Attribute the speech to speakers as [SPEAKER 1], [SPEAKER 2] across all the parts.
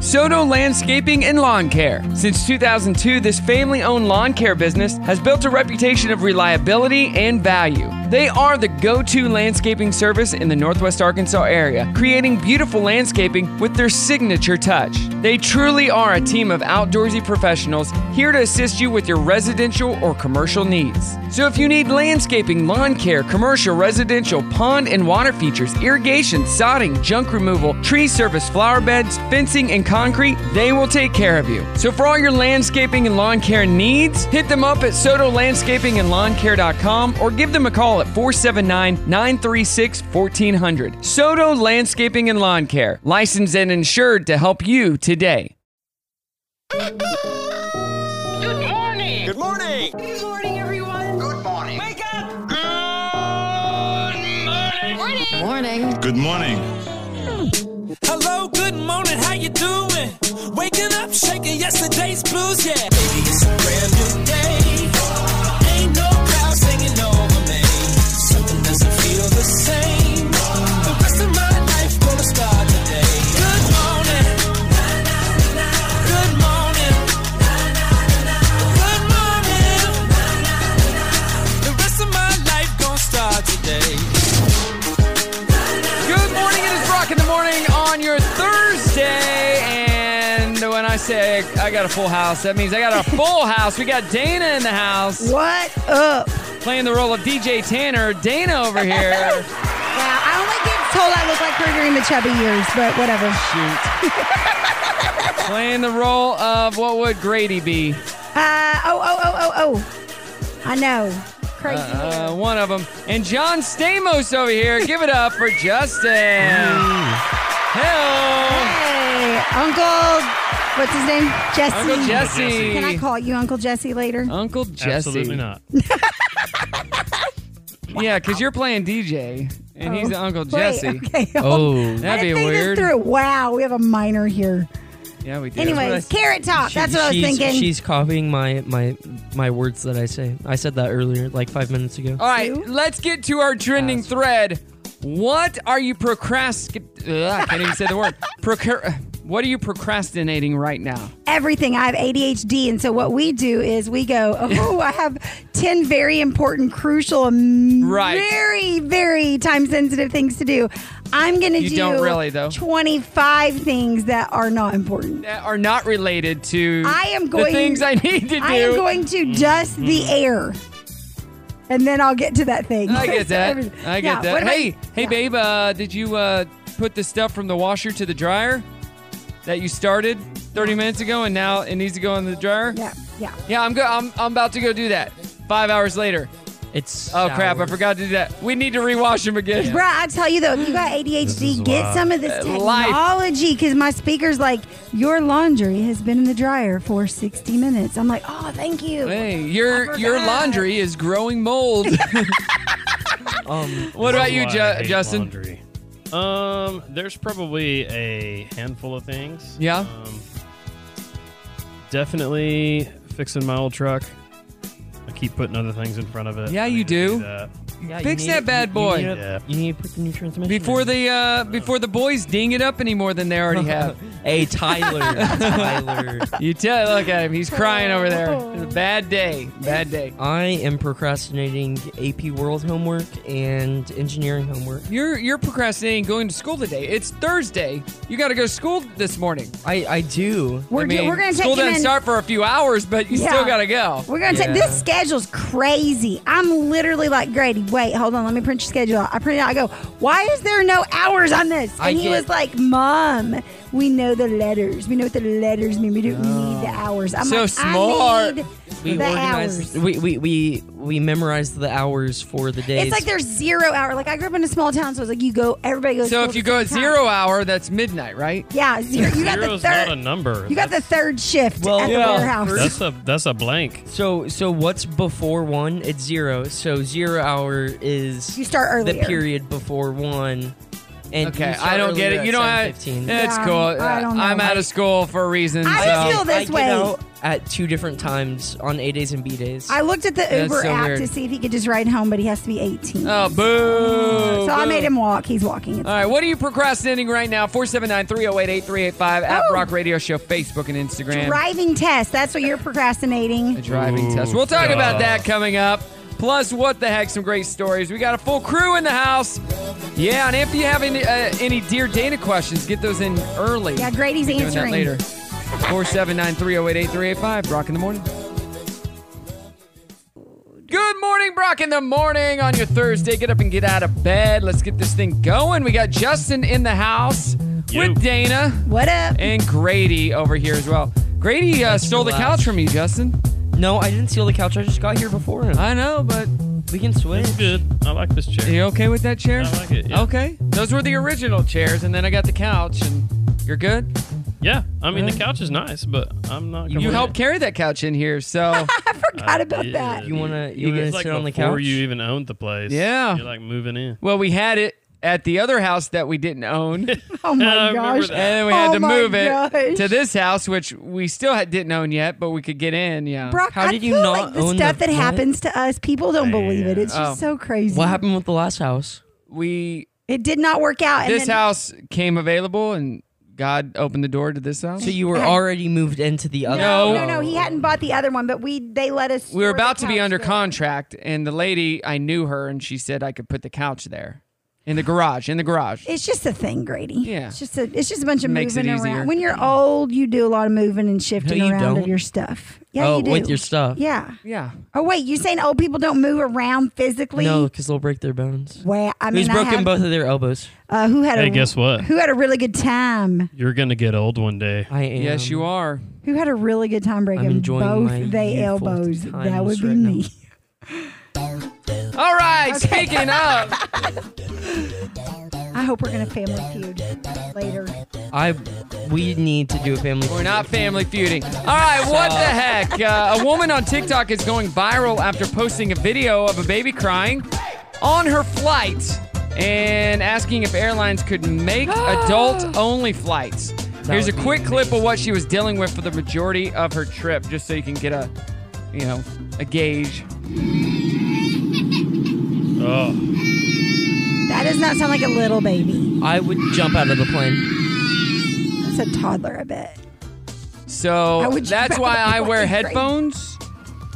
[SPEAKER 1] Soto Landscaping and Lawn Care. Since 2002, this family owned lawn care business has built a reputation of reliability and value. They are the go to landscaping service in the Northwest Arkansas area, creating beautiful landscaping with their signature touch. They truly are a team of outdoorsy professionals here to assist you with your residential or commercial needs. So if you need landscaping, lawn care, commercial, residential, pond and water features, irrigation, sodding, junk removal, tree service, flower beds, fencing, and concrete, they will take care of you. So for all your landscaping and lawn care needs, hit them up at sotolandscapingandlawncare.com or give them a call at 479-936-1400. Soto Landscaping and Lawn Care, licensed and insured to help you today.
[SPEAKER 2] Good morning. Good morning.
[SPEAKER 3] Good morning, everyone.
[SPEAKER 2] Good morning.
[SPEAKER 3] Wake up.
[SPEAKER 2] Good morning.
[SPEAKER 3] Morning. Morning.
[SPEAKER 4] Good morning.
[SPEAKER 5] Hello, good morning, how you doing? Waking up, shaking yesterday's blues, yeah. Baby, it's a brand new day. Ain't no clouds hanging over me. Something doesn't feel the same. The rest of my life gonna start today. Good morning. Good morning. Good morning. The rest of my life gonna start today.
[SPEAKER 1] Good morning, it is Brock in the morning on your Thursday. And when I say I got a full house, that means I got a full house. We got Dana in the house
[SPEAKER 6] What up?
[SPEAKER 1] playing the role of DJ Tanner. Dana over here.
[SPEAKER 6] Wow, I only get told I look like her during the chubby years, but whatever.
[SPEAKER 1] Shoot. playing the role of what would Grady be?
[SPEAKER 6] Uh, oh, oh, oh, oh, oh. I know. Crazy.
[SPEAKER 1] Uh, one of them. And John Stamos over here. Give it up for Justin. Hello.
[SPEAKER 6] hey, Uncle, what's his name? Jesse.
[SPEAKER 1] Uncle Jesse. Oh,
[SPEAKER 6] Can I call you Uncle Jesse later?
[SPEAKER 1] Uncle Jesse.
[SPEAKER 7] Absolutely not.
[SPEAKER 1] Yeah, because you're playing DJ and he's the Uncle
[SPEAKER 6] Oh. Wait,
[SPEAKER 1] Jesse.
[SPEAKER 6] okay.
[SPEAKER 1] Oh,
[SPEAKER 6] I
[SPEAKER 1] that'd be
[SPEAKER 6] didn't think this
[SPEAKER 1] weird.
[SPEAKER 6] through. Wow, we have a minor here.
[SPEAKER 1] Yeah, we do.
[SPEAKER 6] Anyways, carrot top. That's what I was
[SPEAKER 8] she's,
[SPEAKER 6] thinking.
[SPEAKER 8] She's copying my my my words that I say. I said that earlier, like five minutes ago.
[SPEAKER 1] All right, let's get to our trending thread. What are you procrastinating? I can't even say the word. Procur- what are you procrastinating right now?
[SPEAKER 6] everything. I have ADHD. And so what we do is we go, oh, I have 10 very important, crucial, and
[SPEAKER 1] Right.
[SPEAKER 6] very, very time sensitive things to do. I'm going to
[SPEAKER 1] You
[SPEAKER 6] do
[SPEAKER 1] don't really, though.
[SPEAKER 6] 25 things that are not important.
[SPEAKER 1] That are not related to
[SPEAKER 6] I am going-
[SPEAKER 1] the things I need to do. Mm-hmm.
[SPEAKER 6] I am going to dust the air. And then I'll get to that thing.
[SPEAKER 1] I get
[SPEAKER 6] So
[SPEAKER 1] that.
[SPEAKER 6] everything-
[SPEAKER 1] I
[SPEAKER 6] Yeah,
[SPEAKER 1] get that.
[SPEAKER 6] what about-
[SPEAKER 1] Hey, hey,
[SPEAKER 6] yeah.
[SPEAKER 1] babe, uh, did you uh, put the stuff from the washer to the dryer that you started 30 minutes ago and now it needs to go in the dryer?
[SPEAKER 6] Yeah, yeah.
[SPEAKER 1] Yeah, I'm good. I'm, I'm about to go do that. Five hours later.
[SPEAKER 8] It's
[SPEAKER 1] Oh crap! I
[SPEAKER 8] sour.
[SPEAKER 1] forgot to do that. We need to rewash them again.
[SPEAKER 6] Bruh, I tell you though, if you got ADHD, get some of this
[SPEAKER 1] Uh, life.
[SPEAKER 6] technology because my speaker's like, your laundry has been in the dryer for 60 minutes. I'm like, oh, thank you.
[SPEAKER 1] Hey,
[SPEAKER 6] I
[SPEAKER 1] your
[SPEAKER 6] forgot.
[SPEAKER 1] your laundry is growing mold.
[SPEAKER 8] Um,
[SPEAKER 1] what about you,
[SPEAKER 7] Why Oh, I
[SPEAKER 1] Ju-
[SPEAKER 7] hate
[SPEAKER 1] Justin?
[SPEAKER 7] laundry. Um, there's probably a handful of things.
[SPEAKER 1] Yeah.
[SPEAKER 7] Um, definitely fixing my old truck. I keep putting other things in front of it.
[SPEAKER 1] Yeah,
[SPEAKER 7] I
[SPEAKER 1] you
[SPEAKER 7] need to
[SPEAKER 1] do.
[SPEAKER 7] that.
[SPEAKER 8] yeah, you
[SPEAKER 1] Fix
[SPEAKER 8] need-
[SPEAKER 1] that bad
[SPEAKER 8] you-
[SPEAKER 1] boy.
[SPEAKER 8] You, need to-
[SPEAKER 7] Yeah.
[SPEAKER 8] you need to put the new transmission.
[SPEAKER 1] Before
[SPEAKER 8] in.
[SPEAKER 1] the uh, before the boys ding it up any more than they already have.
[SPEAKER 8] hey Tyler, Tyler,
[SPEAKER 1] You tell. Look at him. He's crying over there.
[SPEAKER 6] Oh.
[SPEAKER 1] It's a bad day. Bad day.
[SPEAKER 8] I am procrastinating AP World homework and engineering homework.
[SPEAKER 1] You're you're procrastinating going to school today. It's Thursday. You got to go to school this morning.
[SPEAKER 8] I I do.
[SPEAKER 6] We're,
[SPEAKER 1] I
[SPEAKER 6] do-
[SPEAKER 1] mean,
[SPEAKER 6] we're gonna
[SPEAKER 1] school
[SPEAKER 6] take him
[SPEAKER 1] doesn't
[SPEAKER 6] in.
[SPEAKER 1] start for a few hours, but you
[SPEAKER 6] Yeah.
[SPEAKER 1] still got to go.
[SPEAKER 6] We're gonna take
[SPEAKER 8] Yeah.
[SPEAKER 6] this schedule's crazy. I'm literally like Grady. Wait, hold on. Let me print your schedule out. I print it out. I go. Why is there no hours on this? And
[SPEAKER 8] I
[SPEAKER 6] he
[SPEAKER 8] get-
[SPEAKER 6] was like, Mom, we know the letters. We know what the letters mean. We don't need the hours. I'm
[SPEAKER 1] So
[SPEAKER 6] like,
[SPEAKER 1] smart.
[SPEAKER 6] I need
[SPEAKER 8] We
[SPEAKER 6] The
[SPEAKER 8] organized.
[SPEAKER 6] hours.
[SPEAKER 8] We, we we we memorized the hours for the days.
[SPEAKER 6] It's like there's zero hour. Like I grew up in a small town, so it's like you go, everybody goes. to
[SPEAKER 1] So
[SPEAKER 6] school
[SPEAKER 1] if you
[SPEAKER 6] the
[SPEAKER 1] go
[SPEAKER 6] same
[SPEAKER 1] at
[SPEAKER 6] time.
[SPEAKER 1] zero hour, that's midnight, right?
[SPEAKER 6] yeah, zero. You got the
[SPEAKER 7] Zero's not a
[SPEAKER 6] third.
[SPEAKER 7] number.
[SPEAKER 6] You got the third shift
[SPEAKER 8] Well,
[SPEAKER 6] at the
[SPEAKER 8] yeah.
[SPEAKER 6] warehouse.
[SPEAKER 7] That's a that's a blank.
[SPEAKER 8] so so what's before one? It's zero. So zero hour is
[SPEAKER 6] You start earlier.
[SPEAKER 8] the period before one. And
[SPEAKER 1] Okay,
[SPEAKER 8] you start
[SPEAKER 1] I don't get
[SPEAKER 8] earlier
[SPEAKER 1] it.
[SPEAKER 8] at
[SPEAKER 1] You know, I,
[SPEAKER 8] 7:15.
[SPEAKER 1] it's
[SPEAKER 6] Yeah,
[SPEAKER 1] cool.
[SPEAKER 6] I don't know.
[SPEAKER 1] I'm out of school for a reason.
[SPEAKER 6] I
[SPEAKER 1] so.
[SPEAKER 6] just feel
[SPEAKER 8] I
[SPEAKER 6] this
[SPEAKER 8] get
[SPEAKER 6] way.
[SPEAKER 8] out at two different times on A days and B days.
[SPEAKER 6] I looked at the Uber
[SPEAKER 1] so
[SPEAKER 6] app
[SPEAKER 1] weird.
[SPEAKER 6] to see if he could just ride home, but he has to be 18.
[SPEAKER 1] Oh, boo.
[SPEAKER 6] so I
[SPEAKER 1] boo.
[SPEAKER 6] made him walk. He's walking.
[SPEAKER 1] All right, what are you procrastinating right now? 479 308 8385 at
[SPEAKER 6] Oh.
[SPEAKER 1] Brock Radio Show, Facebook, and Instagram.
[SPEAKER 6] Driving test. That's what you're
[SPEAKER 1] The
[SPEAKER 6] procrastinating.
[SPEAKER 1] driving
[SPEAKER 7] Ooh,
[SPEAKER 1] test. We'll talk about
[SPEAKER 7] God.
[SPEAKER 1] that coming up. Plus, what the heck, some great stories. We got a full crew in the house. Yeah, and if you have any, uh, any Dear Dana questions, get those in early.
[SPEAKER 6] Yeah, Grady's
[SPEAKER 1] Doing
[SPEAKER 6] answering.
[SPEAKER 1] that later. 479 308 8385. Brock in the morning. Good morning, Brock in the morning on your Thursday. Get up and get out of bed. Let's get this thing going. We got Justin in the house
[SPEAKER 7] You.
[SPEAKER 1] with Dana
[SPEAKER 6] What up?
[SPEAKER 1] and Grady over here as well. Grady uh, stole the
[SPEAKER 8] loud.
[SPEAKER 1] couch from you, Justin.
[SPEAKER 8] no, I didn't steal the couch. I just got here before him.
[SPEAKER 1] I know, but
[SPEAKER 8] we can switch.
[SPEAKER 7] It's good. I like this chair.
[SPEAKER 1] Are you okay with that chair?
[SPEAKER 7] I like it, yeah.
[SPEAKER 1] Okay. Those were the original chairs, and then I got the couch, and you're good.
[SPEAKER 7] Yeah, I mean
[SPEAKER 1] Yeah.
[SPEAKER 7] the couch is nice, but I'm not.
[SPEAKER 1] You
[SPEAKER 7] complaining.
[SPEAKER 1] helped carry that couch in here, so
[SPEAKER 6] Forgot about
[SPEAKER 7] did.
[SPEAKER 6] that.
[SPEAKER 8] You wanna you
[SPEAKER 7] It's
[SPEAKER 8] wanna
[SPEAKER 7] like
[SPEAKER 8] sit on the
[SPEAKER 7] before
[SPEAKER 8] couch?
[SPEAKER 7] you even owned the place.
[SPEAKER 1] Yeah.
[SPEAKER 7] you're like moving in.
[SPEAKER 1] well, we had it at the other house that we didn't own, and
[SPEAKER 6] Oh
[SPEAKER 7] I
[SPEAKER 6] my
[SPEAKER 7] remember
[SPEAKER 6] gosh.
[SPEAKER 7] that.
[SPEAKER 1] then we had
[SPEAKER 6] Oh
[SPEAKER 1] to
[SPEAKER 6] my
[SPEAKER 1] move it
[SPEAKER 6] gosh.
[SPEAKER 1] to this house, which we still had, didn't own yet, but we could get in. Yeah.
[SPEAKER 6] Brock,
[SPEAKER 8] How
[SPEAKER 6] I
[SPEAKER 8] did you
[SPEAKER 6] feel
[SPEAKER 8] not
[SPEAKER 6] like the
[SPEAKER 8] own
[SPEAKER 6] stuff
[SPEAKER 8] the
[SPEAKER 6] that
[SPEAKER 8] what?
[SPEAKER 6] happens to us, people don't believe it. It's just
[SPEAKER 1] Oh.
[SPEAKER 6] so crazy.
[SPEAKER 8] what happened with the last house?
[SPEAKER 1] we
[SPEAKER 6] It did not work out. and
[SPEAKER 1] this
[SPEAKER 6] then-
[SPEAKER 1] house came available, and God opened the door to this house.
[SPEAKER 8] So you were already moved into the other.
[SPEAKER 1] No.
[SPEAKER 6] No, no, no. He hadn't bought the other one, but we they let us.
[SPEAKER 1] we were
[SPEAKER 6] store the
[SPEAKER 1] about to be
[SPEAKER 6] couch
[SPEAKER 1] under
[SPEAKER 6] there.
[SPEAKER 1] contract, and the lady I knew her, and she said I could put the couch there in the garage. In the garage.
[SPEAKER 6] It's just a thing, Grady.
[SPEAKER 1] Yeah.
[SPEAKER 6] It's just a it's just a bunch of
[SPEAKER 1] Makes it
[SPEAKER 6] moving
[SPEAKER 1] easier.
[SPEAKER 6] around. When you're old, you do a lot of moving and shifting
[SPEAKER 8] No, you
[SPEAKER 6] around of
[SPEAKER 8] don't.
[SPEAKER 6] your stuff. Yeah,
[SPEAKER 8] Oh,
[SPEAKER 6] you do.
[SPEAKER 8] with your stuff.
[SPEAKER 6] Yeah.
[SPEAKER 1] yeah.
[SPEAKER 6] Oh wait, you saying old people don't move around physically?
[SPEAKER 8] No, because they'll break their bones.
[SPEAKER 6] Well, I mean,
[SPEAKER 8] Who's
[SPEAKER 6] I
[SPEAKER 8] broken
[SPEAKER 6] have-
[SPEAKER 8] both of their elbows?
[SPEAKER 6] Uh, who had
[SPEAKER 7] Hey,
[SPEAKER 6] a
[SPEAKER 7] guess what?
[SPEAKER 6] Who had a really good time?
[SPEAKER 7] You're gonna get old one day.
[SPEAKER 8] I am.
[SPEAKER 1] Yes, you are.
[SPEAKER 6] Who had a really good time breaking
[SPEAKER 8] enjoying my
[SPEAKER 6] both they
[SPEAKER 8] youthful
[SPEAKER 6] elbows? That
[SPEAKER 8] times
[SPEAKER 6] would be
[SPEAKER 8] right now.
[SPEAKER 6] me.
[SPEAKER 1] All right, speaking of,
[SPEAKER 6] I hope we're gonna family feud later.
[SPEAKER 8] I. We need to do a family.
[SPEAKER 1] we're not family feuding. All right, what the heck? Uh, a woman on TikTok is going viral after posting a video of a baby crying on her flight and asking if airlines could make adult only flights. Here's a
[SPEAKER 8] would be
[SPEAKER 1] quick clip of what she was dealing with for the majority of her trip, just so you can get a, you know, a gauge.
[SPEAKER 7] Oh,
[SPEAKER 6] That does not sound like a little baby.
[SPEAKER 8] I would jump out of the plane.
[SPEAKER 6] That's a toddler, I bet. How
[SPEAKER 1] So
[SPEAKER 6] would you
[SPEAKER 1] that's why I wear
[SPEAKER 6] rather-
[SPEAKER 1] headphones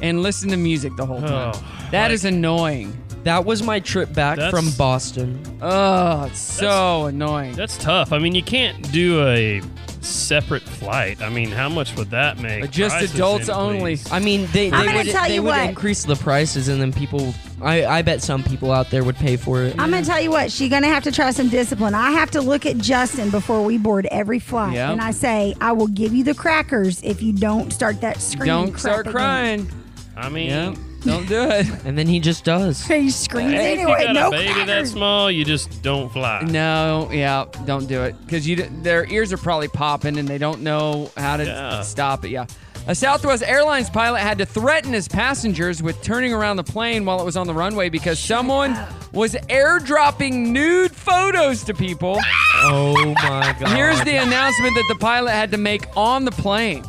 [SPEAKER 1] and listen to music the whole time.
[SPEAKER 7] Oh,
[SPEAKER 1] That is annoying.
[SPEAKER 8] That was my trip back
[SPEAKER 7] That's-
[SPEAKER 8] from Boston.
[SPEAKER 1] Oh, it's so annoying.
[SPEAKER 7] that's tough. I mean, you can't do a separate flight. I mean, how much would that make?
[SPEAKER 1] But Uh, just
[SPEAKER 7] Prices
[SPEAKER 1] adults
[SPEAKER 7] in,
[SPEAKER 1] only.
[SPEAKER 7] please.
[SPEAKER 8] I mean, they
[SPEAKER 6] I'm
[SPEAKER 8] they
[SPEAKER 6] gonna
[SPEAKER 8] would,
[SPEAKER 6] tell
[SPEAKER 8] they
[SPEAKER 6] you
[SPEAKER 8] would
[SPEAKER 6] what.
[SPEAKER 8] increase the prices, and then people. I I bet some people out there would pay for it.
[SPEAKER 6] I'm gonna tell you what, she's gonna have to try some discipline. I have to look at Justin before we board every flight.
[SPEAKER 1] Yeah.
[SPEAKER 6] And I say, I will give you the crackers if you don't start that screaming.
[SPEAKER 1] Don't
[SPEAKER 6] crap
[SPEAKER 1] start
[SPEAKER 6] again."
[SPEAKER 1] crying.
[SPEAKER 7] I mean,
[SPEAKER 1] Yep. Don't do it.
[SPEAKER 8] and then he just does.
[SPEAKER 6] He screams
[SPEAKER 7] if you
[SPEAKER 6] anyway.
[SPEAKER 7] got
[SPEAKER 6] No
[SPEAKER 7] a baby that
[SPEAKER 6] crackers.
[SPEAKER 7] small, you just don't fly.
[SPEAKER 1] No, yeah, don't do it because you d- their ears are probably popping and they don't know how to
[SPEAKER 7] Yeah.
[SPEAKER 1] stop it. Yeah. A Southwest Airlines pilot had to threaten his passengers with turning around the plane while it was on the runway because someone was airdropping nude photos to people.
[SPEAKER 6] Ah!
[SPEAKER 8] Oh my god.
[SPEAKER 1] Here's the announcement that the pilot had to make on the plane.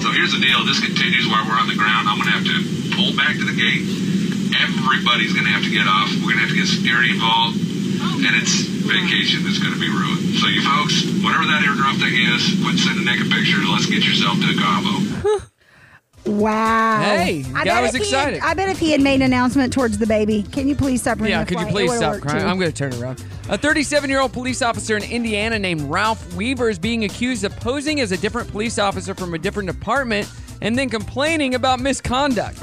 [SPEAKER 4] So here's the deal. This continues while we're on the ground. I'm going to have to pull back to the gate. Everybody's going to have to get off. We're going to have to get security involved. And it's vacation that's going to be ruined. So you folks, whatever that airdrop thing is, quit sending naked pictures. Let's get yourself to a Cabo.
[SPEAKER 6] Wow.
[SPEAKER 1] Hey, guy
[SPEAKER 6] I bet
[SPEAKER 1] was
[SPEAKER 6] if he
[SPEAKER 1] excited.
[SPEAKER 6] Had, I bet if he had made an announcement towards the baby, can you please stop? ruining
[SPEAKER 1] Yeah,
[SPEAKER 6] the
[SPEAKER 1] could you
[SPEAKER 6] flight?" It
[SPEAKER 1] please
[SPEAKER 6] would've
[SPEAKER 1] stop
[SPEAKER 6] worked,
[SPEAKER 1] crying?
[SPEAKER 6] too.
[SPEAKER 1] I'm going to turn around. A 37 year old police officer in Indiana named Ralph Weaver is being accused of posing as a different police officer from a different department and then complaining about misconduct.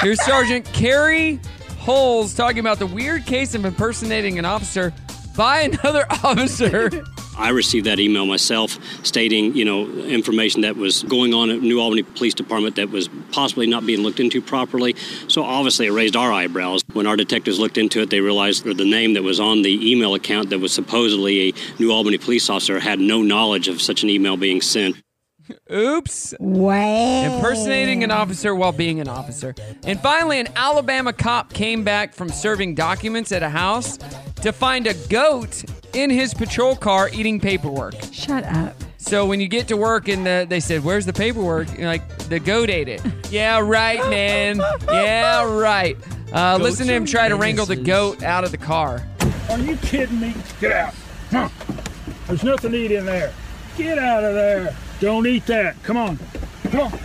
[SPEAKER 1] Here's Sergeant Carrie Holes talking about the weird case of impersonating an officer by another officer
[SPEAKER 9] I received that email myself stating, you know, information that was going on at New Albany Police Department that was possibly not being looked into properly. So obviously it raised our eyebrows. When our detectives looked into it, they realized that the name that was on the email account that was supposedly a New Albany police officer had no knowledge of such an email being sent.
[SPEAKER 1] Oops.
[SPEAKER 6] Wow.
[SPEAKER 1] Impersonating an officer while being an officer. And finally, an Alabama cop came back from serving documents at a house to find a goat in his patrol car eating paperwork.
[SPEAKER 6] Shut up.
[SPEAKER 1] So when you get to work and the, they said, "Where's the paperwork?" And you're like the goat ate it. yeah, right, man. Yeah, right. Uh, listen to him try to wrangle the
[SPEAKER 8] penises.
[SPEAKER 1] goat out of the car.
[SPEAKER 10] Are you kidding me? Get out. Huh. There's nothing to eat in there. Get out of there. Don't eat that. Come on. Come on.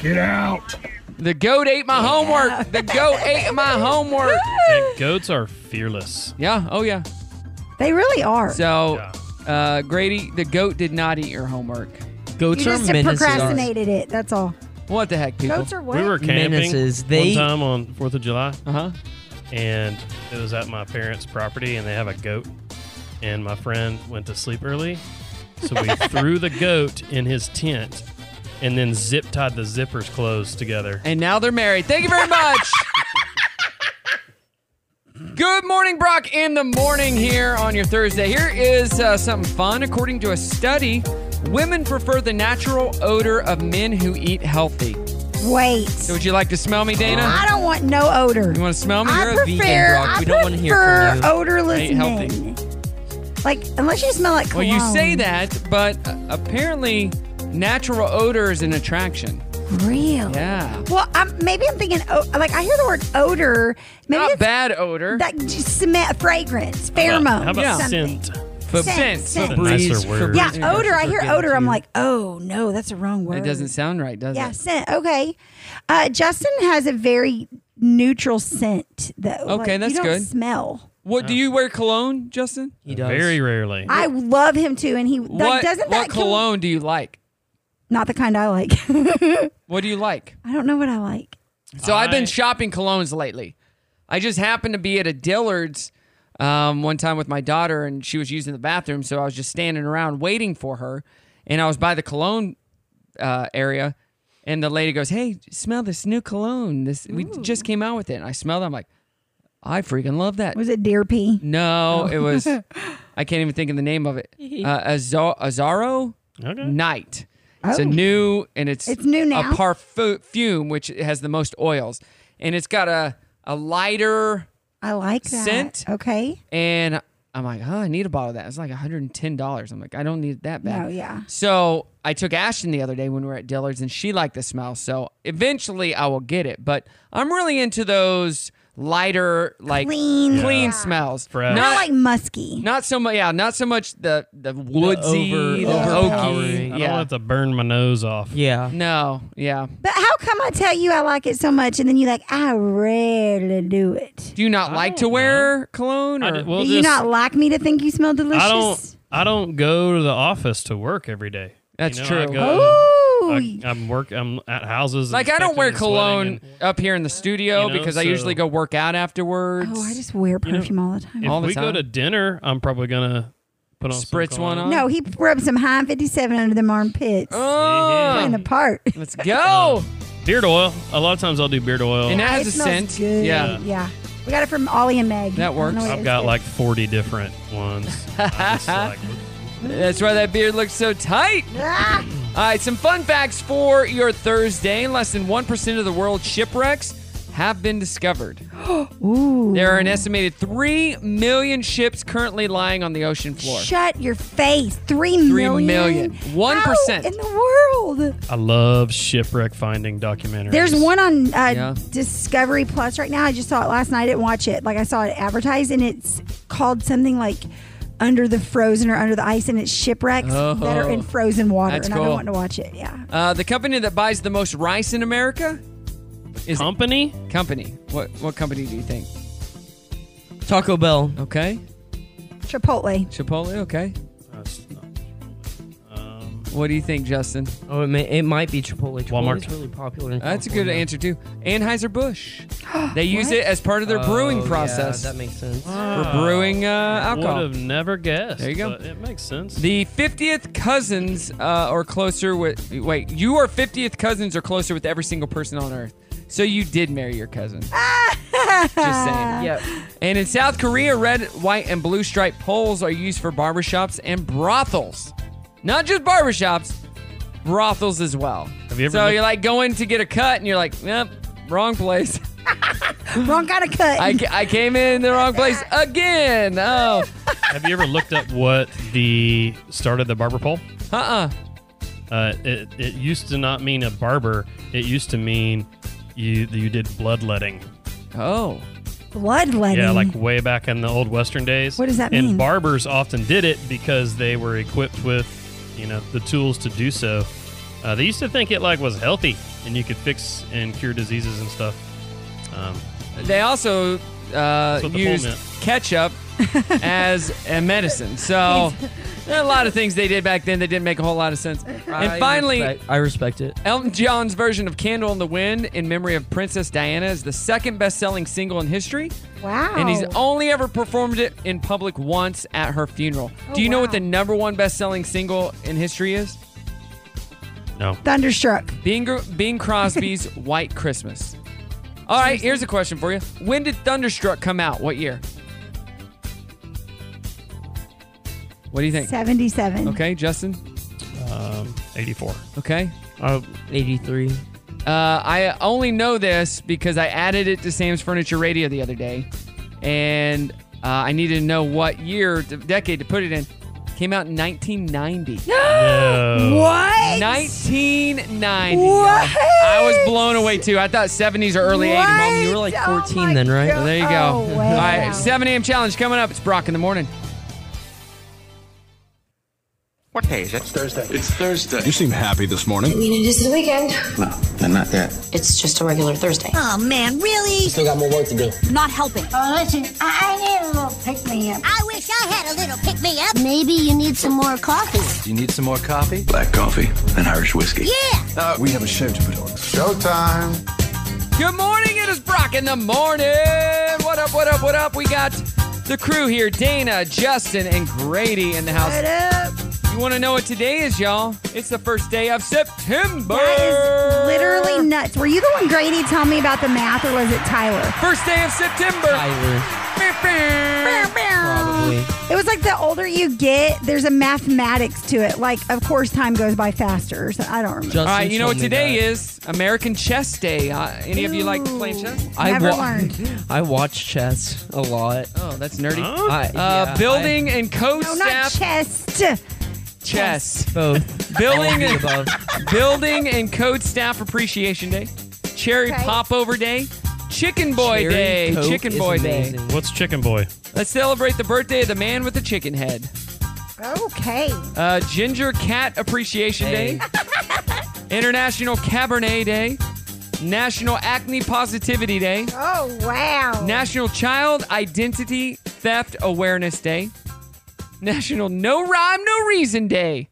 [SPEAKER 10] Get out.
[SPEAKER 1] The goat ate my homework. The goat ate my homework.
[SPEAKER 7] And goats are fearless.
[SPEAKER 1] Yeah. Oh yeah.
[SPEAKER 6] They really are.
[SPEAKER 1] So, uh, Grady, the goat did not eat your homework.
[SPEAKER 8] Goats
[SPEAKER 6] you
[SPEAKER 8] are
[SPEAKER 6] just
[SPEAKER 8] menaces.
[SPEAKER 6] procrastinated it. That's all.
[SPEAKER 1] What the heck, people?
[SPEAKER 6] Goats are what?
[SPEAKER 7] We were camping
[SPEAKER 8] Menaces. They-
[SPEAKER 7] one time on Fourth of July,
[SPEAKER 1] Uh huh.
[SPEAKER 7] and it was at my parents' property, and they have a goat. And my friend went to sleep early, so we threw the goat in his tent, and then zip tied the zippers closed together.
[SPEAKER 1] And now they're married. Thank you very much. Good morning, Brock, in the morning here on your Thursday. Here is uh, something fun. According to a study, women prefer the natural odor of men who eat healthy.
[SPEAKER 6] Wait.
[SPEAKER 1] So, would you like to smell me, Dana?
[SPEAKER 6] I don't want no odor.
[SPEAKER 1] You want to smell me?
[SPEAKER 6] I
[SPEAKER 1] You're a
[SPEAKER 6] prefer,
[SPEAKER 1] vegan.
[SPEAKER 8] Brock.
[SPEAKER 6] I
[SPEAKER 8] We don't wanna hear
[SPEAKER 6] prefer
[SPEAKER 8] from you.
[SPEAKER 1] I
[SPEAKER 6] odorless
[SPEAKER 1] ain't healthy.
[SPEAKER 6] men. Like, unless you smell like
[SPEAKER 1] Well,
[SPEAKER 6] cologne.
[SPEAKER 1] you say that, but uh, apparently, natural odor is an attraction.
[SPEAKER 6] Real.
[SPEAKER 1] Yeah.
[SPEAKER 6] Well, I'm, maybe I'm thinking, o like, I hear the word odor. Maybe
[SPEAKER 1] Not
[SPEAKER 6] it's
[SPEAKER 1] bad odor.
[SPEAKER 6] that just cement, fragrance,
[SPEAKER 7] How
[SPEAKER 6] pheromone.
[SPEAKER 7] about- how about
[SPEAKER 6] something.
[SPEAKER 7] scent?
[SPEAKER 1] For
[SPEAKER 6] Scent, scent.
[SPEAKER 7] A nicer
[SPEAKER 8] Febreze
[SPEAKER 7] word.
[SPEAKER 6] Yeah,
[SPEAKER 1] Yeah,
[SPEAKER 6] odor. I hear
[SPEAKER 8] forget
[SPEAKER 6] odor. I'm
[SPEAKER 8] you.
[SPEAKER 6] like, oh no, that's a wrong word.
[SPEAKER 1] It doesn't sound right, does
[SPEAKER 6] Yeah,
[SPEAKER 1] it?
[SPEAKER 6] scent. Okay. Uh, Justin has a very neutral scent though. Like,
[SPEAKER 1] that's
[SPEAKER 6] you don't
[SPEAKER 1] good.
[SPEAKER 6] Smell.
[SPEAKER 1] What do you wear cologne, Justin?
[SPEAKER 8] He does.
[SPEAKER 7] Very rarely.
[SPEAKER 6] I love him too, and he like,
[SPEAKER 1] what
[SPEAKER 6] doesn't
[SPEAKER 1] what
[SPEAKER 6] that kill-
[SPEAKER 1] cologne do you like?
[SPEAKER 6] not the kind I like. I
[SPEAKER 1] What do you like?
[SPEAKER 6] don't know what I like.
[SPEAKER 1] So I, have been
[SPEAKER 7] I-
[SPEAKER 1] shopping colognes lately. I just happened to be at a Dillard's um, one time with my daughter, and she was using the bathroom. So I was just standing around waiting for her, and I was by the cologne uh, area, and the lady goes, "Hey, smell this new cologne. This we just came out with it." And I smelled. it. I'm like, I freaking love that.
[SPEAKER 6] Was it deer pee?
[SPEAKER 1] No, it was. I can't even think of the name of it. Uh, Azo- Azaro Mm,
[SPEAKER 7] Okay.
[SPEAKER 1] Night. It's a new and it's
[SPEAKER 6] Mm-hmm. Oh. It's new now?
[SPEAKER 1] a parfume which has the most oils, and it's got a a lighter
[SPEAKER 6] I like that.
[SPEAKER 1] Scent?
[SPEAKER 6] Okay.
[SPEAKER 1] and. I'm like, oh, I need a bottle of that. It's like $110. I'm like, I don't need that bad.
[SPEAKER 6] No, yeah.
[SPEAKER 1] So I took Ashton the other day when we were at Dillard's, and she liked the smell. So eventually, I will get it. But I'm really into those lighter, like
[SPEAKER 6] Clean.
[SPEAKER 1] clean smells.
[SPEAKER 7] Fresh.
[SPEAKER 6] Not
[SPEAKER 1] Not
[SPEAKER 6] like musky.
[SPEAKER 1] not so much. Yeah, not so much the the woodsy,
[SPEAKER 8] over-
[SPEAKER 1] the
[SPEAKER 8] overpowering.
[SPEAKER 1] oaky.
[SPEAKER 7] I don't
[SPEAKER 1] Yeah.
[SPEAKER 7] have to burn my nose off.
[SPEAKER 8] Yeah.
[SPEAKER 1] No. Yeah.
[SPEAKER 6] But how come I tell you I like it so much, and then you like I rarely do it?
[SPEAKER 1] Do you not like to wear cologne?
[SPEAKER 7] Oh, I
[SPEAKER 1] Or?
[SPEAKER 7] d- well,
[SPEAKER 6] do you
[SPEAKER 7] this-
[SPEAKER 6] not like me to think you smell delicious?
[SPEAKER 7] I don't. I don't go to the office to work every day. You
[SPEAKER 1] That's
[SPEAKER 7] know,
[SPEAKER 1] true. Oh!
[SPEAKER 7] I go,
[SPEAKER 6] Ooh.
[SPEAKER 7] I, I'm work. I'm at houses.
[SPEAKER 1] like I don't wear
[SPEAKER 7] inspecting and sweating
[SPEAKER 1] cologne
[SPEAKER 7] and-
[SPEAKER 1] up here in the studio
[SPEAKER 7] You know,
[SPEAKER 1] because I
[SPEAKER 7] so-
[SPEAKER 1] usually go work out afterwards.
[SPEAKER 6] oh, I just wear perfume all the time.
[SPEAKER 7] If
[SPEAKER 1] All the
[SPEAKER 7] we go
[SPEAKER 1] time.
[SPEAKER 7] to dinner, I'm probably gonna put on some
[SPEAKER 1] Spritz one
[SPEAKER 7] cologne.
[SPEAKER 1] on.
[SPEAKER 6] No, he rubbed some High 57 under them armpits.
[SPEAKER 1] Oh,
[SPEAKER 6] Playing the part.
[SPEAKER 1] let's go.
[SPEAKER 7] Beard oil. A lot of times I'll do beard oil.
[SPEAKER 1] And that has
[SPEAKER 6] It
[SPEAKER 1] a
[SPEAKER 6] smells
[SPEAKER 1] scent.
[SPEAKER 6] good.
[SPEAKER 1] Yeah.
[SPEAKER 6] Yeah. We got it from Ollie and Meg.
[SPEAKER 1] That
[SPEAKER 6] I don't know
[SPEAKER 1] works.
[SPEAKER 6] what it
[SPEAKER 7] I've
[SPEAKER 6] is.
[SPEAKER 7] got like 40 different ones. I'm just like,
[SPEAKER 1] That's why that beard looks so tight.
[SPEAKER 6] Ah!
[SPEAKER 1] All right, some fun facts for your Thursday. Less than 1% of the world's shipwrecks have been discovered. There are an estimated 3 million ships currently lying on the ocean floor.
[SPEAKER 6] Shut your face. Three
[SPEAKER 1] Three
[SPEAKER 6] million.
[SPEAKER 1] million. One
[SPEAKER 6] How
[SPEAKER 1] percent.
[SPEAKER 6] in the world.
[SPEAKER 7] I love shipwreck finding documentaries.
[SPEAKER 6] There's one on uh,
[SPEAKER 1] Yeah.
[SPEAKER 6] Discovery Plus right now. I just saw it last night. I didn't watch it. Like I saw it advertised, and it's called something like "Under the Frozen" or "Under the Ice," and it's shipwrecks
[SPEAKER 1] Oh.
[SPEAKER 6] that are in frozen water.
[SPEAKER 1] That's
[SPEAKER 6] and I've
[SPEAKER 1] cool.
[SPEAKER 6] been wanting to watch it. Yeah.
[SPEAKER 1] Uh, the company that buys the most rice in America is
[SPEAKER 7] company.
[SPEAKER 1] company. What what company do you think?
[SPEAKER 8] Taco Bell.
[SPEAKER 1] Okay,
[SPEAKER 6] Chipotle.
[SPEAKER 1] Chipotle. Okay,
[SPEAKER 7] That's not- Um,
[SPEAKER 1] what do you think, Justin? Uh,
[SPEAKER 8] Oh, it, may, it might be Chipotle.
[SPEAKER 7] Walmart.
[SPEAKER 8] Chipotle's really popular. In
[SPEAKER 1] That's a good
[SPEAKER 8] California.
[SPEAKER 1] answer too. Anheuser Busch. They use it as part of their brewing process.
[SPEAKER 8] Oh, Yeah, that makes sense.
[SPEAKER 1] for brewing uh,
[SPEAKER 7] Would
[SPEAKER 1] alcohol.
[SPEAKER 7] have never guessed.
[SPEAKER 1] There you go.
[SPEAKER 7] but It makes sense.
[SPEAKER 1] The 50th cousins uh, or closer with. Wait, you are 50th cousins or closer with every single person on earth. So you did marry your cousin. Just saying.
[SPEAKER 8] Yep.
[SPEAKER 1] And in South Korea, red, white, and blue striped poles are used for barbershops and brothels. Not just barbershops, brothels as well.
[SPEAKER 7] Have you ever
[SPEAKER 1] so
[SPEAKER 7] looked-
[SPEAKER 1] you're like going to get a cut and you're like, yep, wrong place.
[SPEAKER 6] Wrong kind of cut.
[SPEAKER 1] I, ca- I came in the wrong place again. Oh,
[SPEAKER 7] Have you ever looked up what the start of the barber pole?
[SPEAKER 1] uh uh
[SPEAKER 7] Uh, it, it used to not mean a barber. It used to mean you you did bloodletting.
[SPEAKER 1] Oh.
[SPEAKER 6] Bloodletting.
[SPEAKER 7] Yeah, like way back in the old Western days.
[SPEAKER 6] What does that mean?
[SPEAKER 7] And barbers often did it because they were equipped with, you know, the tools to do so. Uh, they used to think it like was healthy and you could fix and cure diseases and stuff. Um,
[SPEAKER 1] They also uh,
[SPEAKER 7] what the poll
[SPEAKER 1] used
[SPEAKER 7] meant.
[SPEAKER 1] ketchup as a medicine. So there are a lot of things they did back then that didn't make a whole lot of sense.
[SPEAKER 8] I
[SPEAKER 1] And finally,
[SPEAKER 8] respect- I respect it.
[SPEAKER 1] Elton John's version of Candle in the Wind in memory of Princess Diana is the second best selling single in history.
[SPEAKER 6] wow.
[SPEAKER 1] And he's only ever performed it in public once at her funeral. Do you know what
[SPEAKER 6] wow.
[SPEAKER 1] the number one best selling single in history is?
[SPEAKER 7] no.
[SPEAKER 6] thunderstruck.
[SPEAKER 1] Bing, Bing Crosby's White Christmas. All right, here's a question for you. When did Thunderstruck come out? What year? What do you think?
[SPEAKER 6] Seventy-seven.
[SPEAKER 1] Okay, Justin.
[SPEAKER 7] Um, 84.
[SPEAKER 1] Okay.
[SPEAKER 7] Uh,
[SPEAKER 8] 83.
[SPEAKER 1] Uh, I only know this because I added it to Sam's Furniture Radio the other day, and uh, I needed to know what year, d- decade to put it in. Came out in 1990.
[SPEAKER 7] no.
[SPEAKER 6] What?
[SPEAKER 1] 1990.
[SPEAKER 6] What?
[SPEAKER 1] I was blown away too. I thought 70s or early 80s. Mom, you were
[SPEAKER 8] like
[SPEAKER 6] What? Oh
[SPEAKER 8] 14
[SPEAKER 6] my
[SPEAKER 8] then, right?
[SPEAKER 6] God.
[SPEAKER 1] There you go.
[SPEAKER 6] Oh,
[SPEAKER 1] All
[SPEAKER 6] wow.
[SPEAKER 1] right, 7 a.m. challenge coming up. It's Brock in the morning.
[SPEAKER 2] What day is it? It's Thursday. It's Thursday.
[SPEAKER 11] You seem happy this morning.
[SPEAKER 3] We need to do the weekend.
[SPEAKER 11] No, then not that.
[SPEAKER 3] It's just a regular Thursday.
[SPEAKER 12] Oh man, really?
[SPEAKER 11] Still got more work to do.
[SPEAKER 12] Not helping.
[SPEAKER 3] Oh, listen, I, I need a little pick me up.
[SPEAKER 12] I wish I had a little pick me up. Maybe you need some more coffee.
[SPEAKER 11] Do you need some more coffee? Black coffee and Irish whiskey.
[SPEAKER 12] Yeah.
[SPEAKER 11] Uh, we have a show to put on. Showtime.
[SPEAKER 1] Good morning. It is Brock in the morning. What up, what up, what up? We got the crew here Dana, Justin, and Grady in the house.
[SPEAKER 6] What up?
[SPEAKER 1] You want to know what today is, y'all? It's the first day of September.
[SPEAKER 6] That is
[SPEAKER 1] Uh.
[SPEAKER 6] literally nuts. Were you the one, Grady, telling me about the math, or was it Tyler?
[SPEAKER 1] First day of September.
[SPEAKER 8] Tyler,
[SPEAKER 6] It
[SPEAKER 8] probably.
[SPEAKER 6] was like the older you get, there's a mathematics to it. Like, of course, time goes by faster. So I don't remember.
[SPEAKER 8] Justin
[SPEAKER 1] All right, you know
[SPEAKER 8] told
[SPEAKER 1] what
[SPEAKER 8] me
[SPEAKER 1] today
[SPEAKER 8] that.
[SPEAKER 1] is? American Chess Day. Uh, any of you like playing chess?
[SPEAKER 6] Never
[SPEAKER 8] wa-
[SPEAKER 6] learned.
[SPEAKER 8] I watch chess a lot.
[SPEAKER 1] Oh, that's nerdy.
[SPEAKER 7] Huh?
[SPEAKER 8] I-
[SPEAKER 1] Uh,
[SPEAKER 8] yeah, I-
[SPEAKER 1] building and
[SPEAKER 6] no,
[SPEAKER 1] co-staff
[SPEAKER 6] not chest.
[SPEAKER 1] chess.
[SPEAKER 8] both.
[SPEAKER 1] Building
[SPEAKER 8] All
[SPEAKER 1] and
[SPEAKER 8] of the above.
[SPEAKER 1] Building and Code Staff Appreciation Day, Cherry
[SPEAKER 6] Okay.
[SPEAKER 1] Popover Day, Chicken Boy
[SPEAKER 8] Cherry
[SPEAKER 1] Day,
[SPEAKER 8] Coke
[SPEAKER 1] Chicken
[SPEAKER 8] is
[SPEAKER 1] Boy Day.
[SPEAKER 8] amazing.
[SPEAKER 7] What's Chicken Boy?
[SPEAKER 1] Let's celebrate the birthday of the man with the chicken head.
[SPEAKER 6] Okay.
[SPEAKER 1] Uh, Ginger Cat Appreciation
[SPEAKER 8] Hey.
[SPEAKER 1] Day, International Cabernet Day, National Acne Positivity Day,
[SPEAKER 6] Oh, wow.
[SPEAKER 1] National Child Identity Theft Awareness Day, National No Rhyme No Reason Day.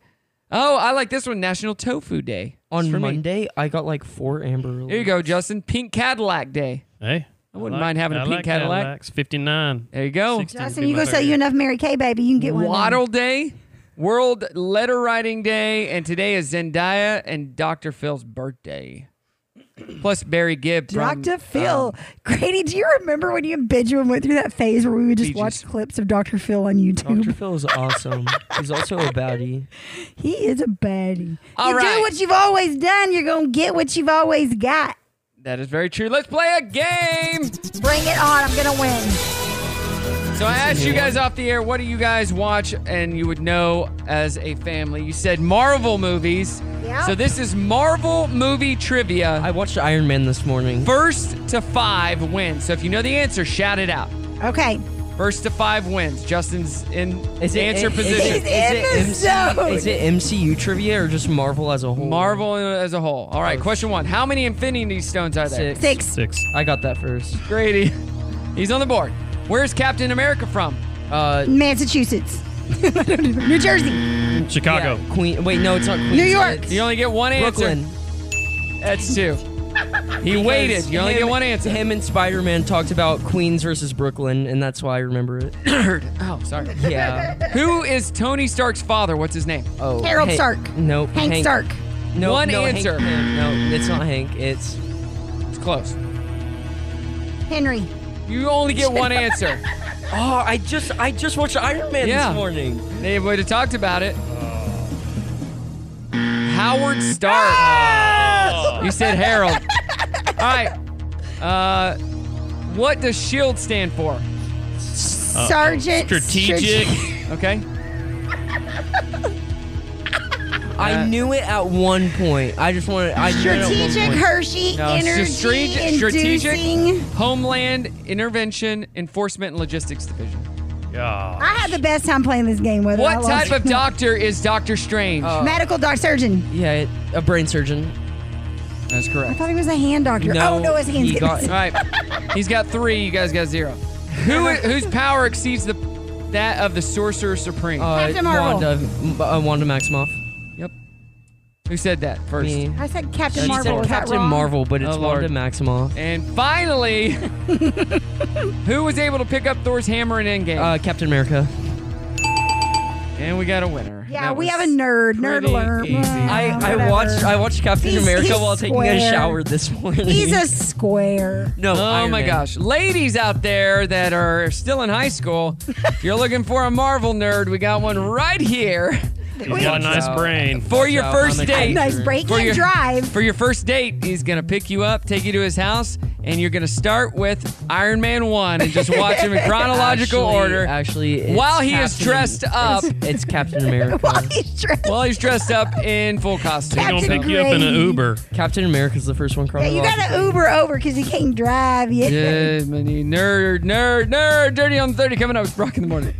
[SPEAKER 1] Oh, I like this one. National Tofu Day. It's
[SPEAKER 8] On
[SPEAKER 1] for me.
[SPEAKER 8] Monday, I got like four Amber. Alerts.
[SPEAKER 1] There you go, Justin. Pink Cadillac Day.
[SPEAKER 7] Hey.
[SPEAKER 1] I wouldn't mind having a
[SPEAKER 7] a
[SPEAKER 1] pink Cadillac.
[SPEAKER 7] 59.
[SPEAKER 1] There you go.
[SPEAKER 7] 16 would
[SPEAKER 6] Justin,
[SPEAKER 7] be
[SPEAKER 6] you
[SPEAKER 7] my
[SPEAKER 6] go sell
[SPEAKER 7] favorite.
[SPEAKER 6] you enough Mary Kay, baby. You can get one. of them.
[SPEAKER 1] Waddle Day, World Letter Writing Day, and today is Zendaya and Dr. Phil's birthday. Plus Barry Gibb. from,
[SPEAKER 6] Dr. Phil.
[SPEAKER 1] um,
[SPEAKER 6] Grady, do you remember when you and Benjamin went through that phase where we would just
[SPEAKER 1] Beaches.
[SPEAKER 6] watch clips of Dr. Phil on YouTube?
[SPEAKER 8] Dr. Phil is awesome. He's also a baddie.
[SPEAKER 6] He is a baddie.
[SPEAKER 1] All
[SPEAKER 6] you
[SPEAKER 1] right.
[SPEAKER 6] do what you've always done, you're going to get what you've always got.
[SPEAKER 1] that is very true. Let's play a game.
[SPEAKER 6] Bring it on. I'm going to win.
[SPEAKER 1] So I asked you guys off the air, what do you guys watch and you would know as a family? You said Marvel movies.
[SPEAKER 6] Yeah.
[SPEAKER 1] So this is Marvel movie trivia.
[SPEAKER 8] I watched Iron Man this morning.
[SPEAKER 1] First to five wins. So if you know the answer, shout it out.
[SPEAKER 6] Okay.
[SPEAKER 1] First to five wins. Justin's in
[SPEAKER 8] Is it
[SPEAKER 1] answer
[SPEAKER 8] is it-
[SPEAKER 1] position.
[SPEAKER 6] He's in the zone.
[SPEAKER 8] Is it MCU trivia or just Marvel as a whole?
[SPEAKER 1] Marvel as a whole. All right, question one. How many Infinity Stones are there?
[SPEAKER 8] Six.
[SPEAKER 6] Six.
[SPEAKER 7] Six.
[SPEAKER 8] I got that first.
[SPEAKER 1] Grady. He's on the board. Where's Captain America from?
[SPEAKER 8] Uh,
[SPEAKER 6] Massachusetts. I don't even- New Jersey.
[SPEAKER 7] Chicago.
[SPEAKER 8] yeah, Queen. Wait, no, it's not Queen.
[SPEAKER 6] York.
[SPEAKER 1] You only get one answer.
[SPEAKER 8] Brooklyn.
[SPEAKER 1] That's two. He
[SPEAKER 8] Because
[SPEAKER 1] waited. You only
[SPEAKER 8] him-
[SPEAKER 1] get one answer.
[SPEAKER 8] Him and Spider Man talked about Queens versus Brooklyn, and that's why I remember it.
[SPEAKER 1] oh, sorry.
[SPEAKER 8] Yeah.
[SPEAKER 1] Who is Tony Stark's father? What's his name?
[SPEAKER 8] Oh,
[SPEAKER 1] Harold
[SPEAKER 8] Hank-
[SPEAKER 1] Stark.
[SPEAKER 8] Nope.
[SPEAKER 1] Hank Stark.
[SPEAKER 8] No,
[SPEAKER 1] One
[SPEAKER 8] no, Hank-
[SPEAKER 1] answer.
[SPEAKER 8] Hank- no, it's not Hank. It's
[SPEAKER 1] it's close.
[SPEAKER 6] Henry.
[SPEAKER 1] You only get one answer.
[SPEAKER 8] Oh, I just I just watched Iron Man
[SPEAKER 1] Yeah.
[SPEAKER 8] this morning.
[SPEAKER 1] They would have talked about it. Howard Stark. You said Harold. All right. Uh, what does SHIELD E stand for?
[SPEAKER 6] Sergeant Strategic.
[SPEAKER 1] Okay. Uh,
[SPEAKER 8] I knew it at one point. I just wanted I knew it at one
[SPEAKER 6] Strategic
[SPEAKER 8] point.
[SPEAKER 6] Hershey energy
[SPEAKER 1] Strate-
[SPEAKER 6] inducing.
[SPEAKER 1] strategic Homeland Intervention Enforcement and Logistics Division.
[SPEAKER 7] Yeah.
[SPEAKER 6] I had the best time playing this game with it. I
[SPEAKER 1] What
[SPEAKER 6] lost
[SPEAKER 1] type of
[SPEAKER 6] it. Oh.
[SPEAKER 1] doctor is Doctor Strange?
[SPEAKER 6] Medical doc surgeon.
[SPEAKER 8] Yeah, it- a brain surgeon.
[SPEAKER 1] That's
[SPEAKER 6] I
[SPEAKER 1] correct.
[SPEAKER 6] thought he was a hand doctor.
[SPEAKER 1] No,
[SPEAKER 6] oh no, his hands.
[SPEAKER 8] he
[SPEAKER 6] getting
[SPEAKER 8] got-
[SPEAKER 1] All right. He's got three. You guys got zero. Who i- whose power exceeds the that of the Sorcerer Supreme?
[SPEAKER 6] Captain Marvel.
[SPEAKER 8] Uh, Wanda, m- uh, Wanda Maximoff.
[SPEAKER 1] Who said that first?
[SPEAKER 8] Me.
[SPEAKER 6] I said Captain
[SPEAKER 8] She
[SPEAKER 6] Marvel.
[SPEAKER 8] said
[SPEAKER 6] was that
[SPEAKER 8] Captain
[SPEAKER 6] wrong?
[SPEAKER 8] Marvel, but it's
[SPEAKER 1] Oh, Lord.
[SPEAKER 8] Wanda Maximoff.
[SPEAKER 1] And finally, who was able to pick up Thor's hammer in Endgame?
[SPEAKER 8] Uh, Captain America.
[SPEAKER 6] Ah,
[SPEAKER 1] and we got a winner.
[SPEAKER 6] Yeah,
[SPEAKER 1] That
[SPEAKER 6] we
[SPEAKER 1] was-
[SPEAKER 6] have a nerd. Nerd
[SPEAKER 1] pretty
[SPEAKER 6] alert. Mm,
[SPEAKER 1] easy.
[SPEAKER 8] I, I
[SPEAKER 6] whatever.
[SPEAKER 8] watched I watched Captain
[SPEAKER 6] He's-
[SPEAKER 8] America
[SPEAKER 6] he's
[SPEAKER 8] while taking
[SPEAKER 6] square.
[SPEAKER 8] a shower this morning.
[SPEAKER 6] He's a square.
[SPEAKER 8] no.
[SPEAKER 1] Oh
[SPEAKER 8] Iron
[SPEAKER 1] my
[SPEAKER 8] Man.
[SPEAKER 1] gosh. Ladies out there that are still in high school, if you're looking for a Marvel nerd, we got one right here.
[SPEAKER 7] He's got a nice brain.
[SPEAKER 1] For your
[SPEAKER 8] out,
[SPEAKER 1] first
[SPEAKER 8] I'm a
[SPEAKER 1] date.
[SPEAKER 6] Nice break
[SPEAKER 1] For your-
[SPEAKER 6] and drive.
[SPEAKER 1] For your first date, he's going to pick you up, take you to his house, and you're going to start with Iron Man 1 and just watch him in chronological
[SPEAKER 8] Actually-
[SPEAKER 1] order.
[SPEAKER 8] Actually, it's
[SPEAKER 1] While he is
[SPEAKER 8] Captain-
[SPEAKER 1] dressed up.
[SPEAKER 8] it's, it's Captain America.
[SPEAKER 6] He's dressed-
[SPEAKER 1] While he's dressed up in full costume.
[SPEAKER 7] He's gonna
[SPEAKER 6] Captain
[SPEAKER 7] pick you up in an
[SPEAKER 6] Grady.
[SPEAKER 7] Uber.
[SPEAKER 8] Captain America's the first one.
[SPEAKER 6] Yeah, you gotta
[SPEAKER 8] chronologically.
[SPEAKER 6] Uber over because he can't drive yet.
[SPEAKER 1] Yeah, man, you nerd, nerd, nerd. Dirty on 30 coming up. It's Brock in the morning.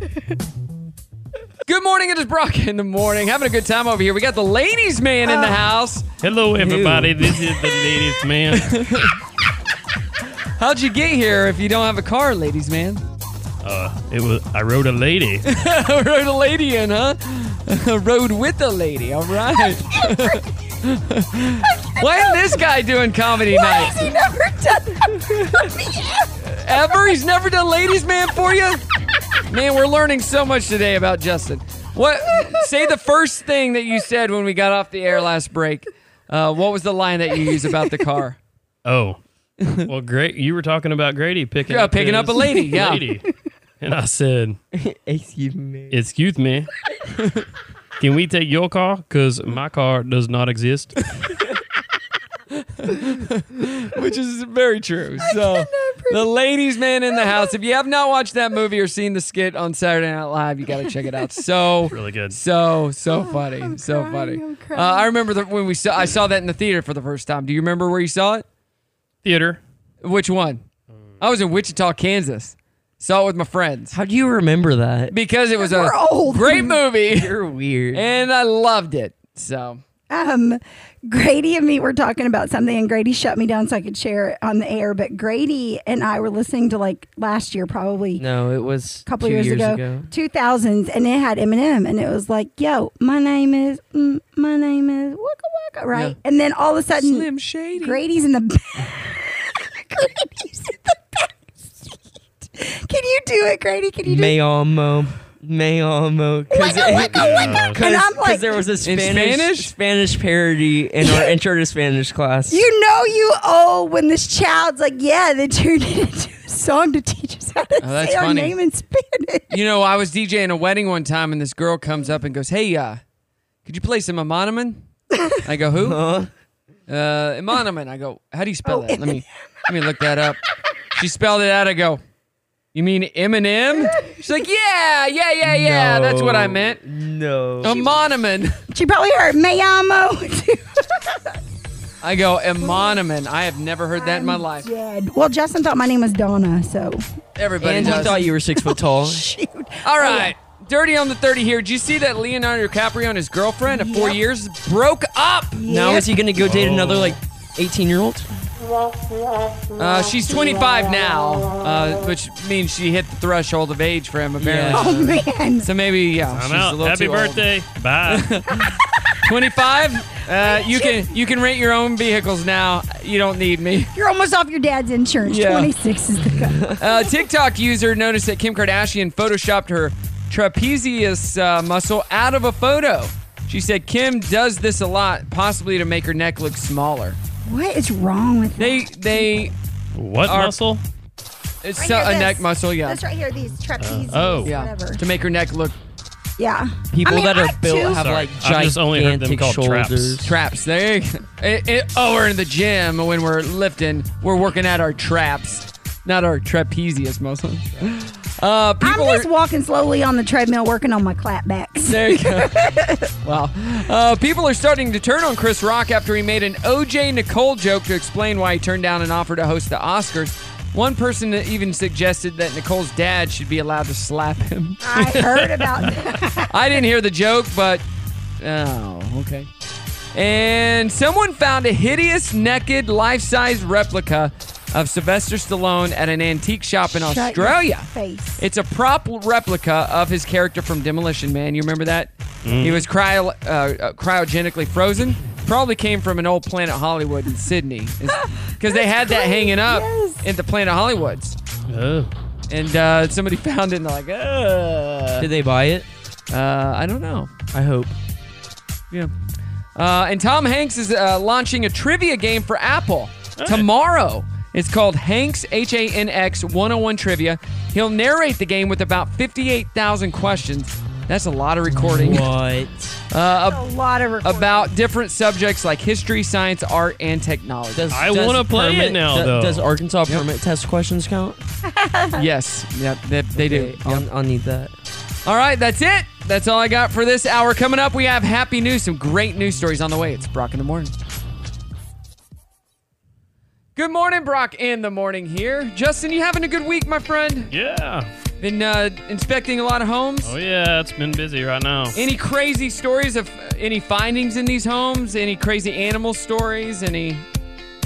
[SPEAKER 1] good morning. It is Brock in the morning. Having a good time over here. We got the ladies' man in the house.
[SPEAKER 7] Hello, everybody. This is the latest man.
[SPEAKER 1] How'd you get here if you don't have a car, ladies' man?
[SPEAKER 7] Uh, it was. I rode a lady.
[SPEAKER 1] Rode a lady in, huh? Rode with a lady. All right. Why is this guy doing comedy
[SPEAKER 6] Why
[SPEAKER 1] night?
[SPEAKER 6] has he never done that for me?
[SPEAKER 1] ever? He's never done ladies' man for you? Man, we're learning so much today about Justin. What? Say the first thing that you said when we got off the air last break. Uh, what was the line that you used about the car?
[SPEAKER 7] Oh, well, great. You were talking about Grady picking
[SPEAKER 1] Yeah,
[SPEAKER 7] up
[SPEAKER 1] picking up
[SPEAKER 7] his
[SPEAKER 1] a lady, yeah.
[SPEAKER 7] lady. and I said,
[SPEAKER 8] Excuse me.
[SPEAKER 7] "Excuse me, can we take your car? Because my car does not exist."
[SPEAKER 1] Which is very true. So, the ladies' man in the house. If you have not watched that movie or seen the skit on Saturday Night Live, you got to check it out. So
[SPEAKER 7] Really good.
[SPEAKER 1] So so funny, so funny. Uh, I remember the, when we saw. I saw that in the theater for the first time. Do you remember where you saw it?
[SPEAKER 7] Theater.
[SPEAKER 1] Which one? I was in Wichita, Kansas. Saw it with my friends
[SPEAKER 8] How do you remember that? Eh.
[SPEAKER 1] because it was a
[SPEAKER 6] We're old.
[SPEAKER 1] great movie
[SPEAKER 8] You're weird.
[SPEAKER 1] and I loved it. So
[SPEAKER 6] Um, Grady and me were talking about something, and Grady shut me down so I could share it on the air. But Grady and I were listening to like last year, probably
[SPEAKER 8] no, it was
[SPEAKER 6] a couple
[SPEAKER 8] two
[SPEAKER 6] years, ago, two thousands, and it had Eminem, and it was like, "Yo, my name is, mm, my name is Waka Waka," right?
[SPEAKER 1] Yeah.
[SPEAKER 6] And then all of a sudden,
[SPEAKER 1] Slim Shady.
[SPEAKER 6] Grady's in the back. Grady's in the back seat. Can you do it, Grady? Can you do it?
[SPEAKER 8] Mayamo. Mayamo. Because
[SPEAKER 6] And I'm like,
[SPEAKER 8] there was a Spanish,
[SPEAKER 1] Spanish?
[SPEAKER 8] Spanish parody in our intro to Spanish class.
[SPEAKER 6] you know you owe when this child's like, yeah, they turned it into a song to teach us how to
[SPEAKER 1] Oh, that's
[SPEAKER 6] say our
[SPEAKER 1] funny.
[SPEAKER 6] name in Spanish.
[SPEAKER 1] you know, I was DJing a wedding one time, and this girl comes up and goes, "Hey, uh, could you play some Imanaman?" I go, "Who?"
[SPEAKER 8] Huh?
[SPEAKER 1] Uh, Imanaman. I go, "How do you spell
[SPEAKER 6] Oh,
[SPEAKER 1] that?" Let me let me look that up. She spelled it out. I go, "You mean Eminem?" She's like, "Yeah, yeah, yeah, yeah. That's what I
[SPEAKER 8] No.
[SPEAKER 1] meant."
[SPEAKER 8] No.
[SPEAKER 1] Imanaman.
[SPEAKER 6] She probably heard Mayamo. too.
[SPEAKER 1] I go, Imanaman. I have never heard that in my life.
[SPEAKER 6] Dead. Well, Justin thought my name was Donna, so
[SPEAKER 1] Everybody
[SPEAKER 8] and he
[SPEAKER 1] does.
[SPEAKER 8] thought you Oh, were six foot tall.
[SPEAKER 6] shoot.
[SPEAKER 1] All right. Dirty on the 30 here. Did you see that Leonardo DiCaprio and his girlfriend of four years broke up?
[SPEAKER 8] Now is he gonna go date another
[SPEAKER 7] Oh.
[SPEAKER 8] like eighteen year old?
[SPEAKER 1] Uh, she's 25 now, uh, which means she hit the threshold of age for him, apparently.
[SPEAKER 8] Yeah.
[SPEAKER 6] Oh man.
[SPEAKER 1] So maybe, yeah.
[SPEAKER 7] I'm
[SPEAKER 1] she's a
[SPEAKER 7] out.
[SPEAKER 1] little
[SPEAKER 7] Happy
[SPEAKER 1] too old.
[SPEAKER 7] birthday. Bye.
[SPEAKER 1] 25. Uh, you can you can rent your own vehicles now. You don't need me.
[SPEAKER 6] You're almost off your dad's insurance.
[SPEAKER 1] Yeah.
[SPEAKER 6] 26 is the cut.
[SPEAKER 1] Uh, TikTok user noticed that Kim Kardashian photoshopped her trapezius uh, muscle out of a photo. She said Kim does this a lot, possibly to make her neck look smaller.
[SPEAKER 6] What is wrong with
[SPEAKER 1] They they
[SPEAKER 7] What
[SPEAKER 1] are-
[SPEAKER 7] muscle?
[SPEAKER 1] It's
[SPEAKER 6] Right
[SPEAKER 1] so-
[SPEAKER 6] here,
[SPEAKER 1] a
[SPEAKER 6] this.
[SPEAKER 1] neck muscle, yeah.
[SPEAKER 6] That's right here, these trapezius,
[SPEAKER 1] oh,
[SPEAKER 6] whatever.
[SPEAKER 1] to make her neck look.
[SPEAKER 6] Yeah.
[SPEAKER 1] People
[SPEAKER 6] I mean,
[SPEAKER 1] that are
[SPEAKER 6] I
[SPEAKER 1] built
[SPEAKER 6] too-
[SPEAKER 1] have like gigantic
[SPEAKER 7] I've just only heard them called traps.
[SPEAKER 1] traps. Traps. There. you go. It- it- oh, we're in the gym when we're lifting. We're working out our traps, not our trapezius muscle. Uh, people
[SPEAKER 6] I'm
[SPEAKER 1] are.
[SPEAKER 6] just walking slowly on the treadmill, working on my clapbacks.
[SPEAKER 1] There you go. wow. Uh, people are starting to turn on Chris Rock after he made an OJ Nicole joke to explain why he turned down an offer to host the Oscars. One person even suggested that Nicole's dad should be allowed to slap him.
[SPEAKER 6] I heard about
[SPEAKER 1] I didn't hear the joke, but oh, okay. And someone found a hideous, naked, life-size replica of Sylvester Stallone at an antique shop in
[SPEAKER 6] Shut your
[SPEAKER 1] Australia.
[SPEAKER 6] face.
[SPEAKER 1] It's a prop replica of his character from Demolition Man. You remember that?
[SPEAKER 7] Mm.
[SPEAKER 1] He was cryo, uh, uh, cryogenically frozen. Probably came from an old Planet Hollywood in Sydney, because they had that hanging up at the Planet Hollywoods.
[SPEAKER 7] Oh.
[SPEAKER 1] And uh, somebody found it and they're like, Ugh.
[SPEAKER 8] Did they buy it?
[SPEAKER 1] Uh, I don't know.
[SPEAKER 8] I hope.
[SPEAKER 1] Yeah. Uh, and Tom Hanks is uh, launching a trivia game for Apple tomorrow. It's called Hanks H A N X 101 Trivia. He'll narrate the game with about 58,000 questions. That's a lot of recording.
[SPEAKER 8] What?
[SPEAKER 1] Uh, ab-
[SPEAKER 6] a lot of recording.
[SPEAKER 1] about different subjects like history, science, art, and technology.
[SPEAKER 8] Does- does permit- do- Does Arkansas permit test questions count?
[SPEAKER 1] yes. Yep. They, they do.
[SPEAKER 8] I'll, I'll need that.
[SPEAKER 1] All right, that's it. That's all I got for this hour. Coming up, we have happy news, some great news stories on the way. It's Brock in the morning. Good morning, Brock in the morning here. Justin, you having a good week, my friend?
[SPEAKER 7] Yeah.
[SPEAKER 1] Been uh, inspecting a lot of homes.
[SPEAKER 7] Oh yeah, it's been busy right now.
[SPEAKER 1] Any crazy stories of uh, any findings in these homes? Any crazy animal stories? Any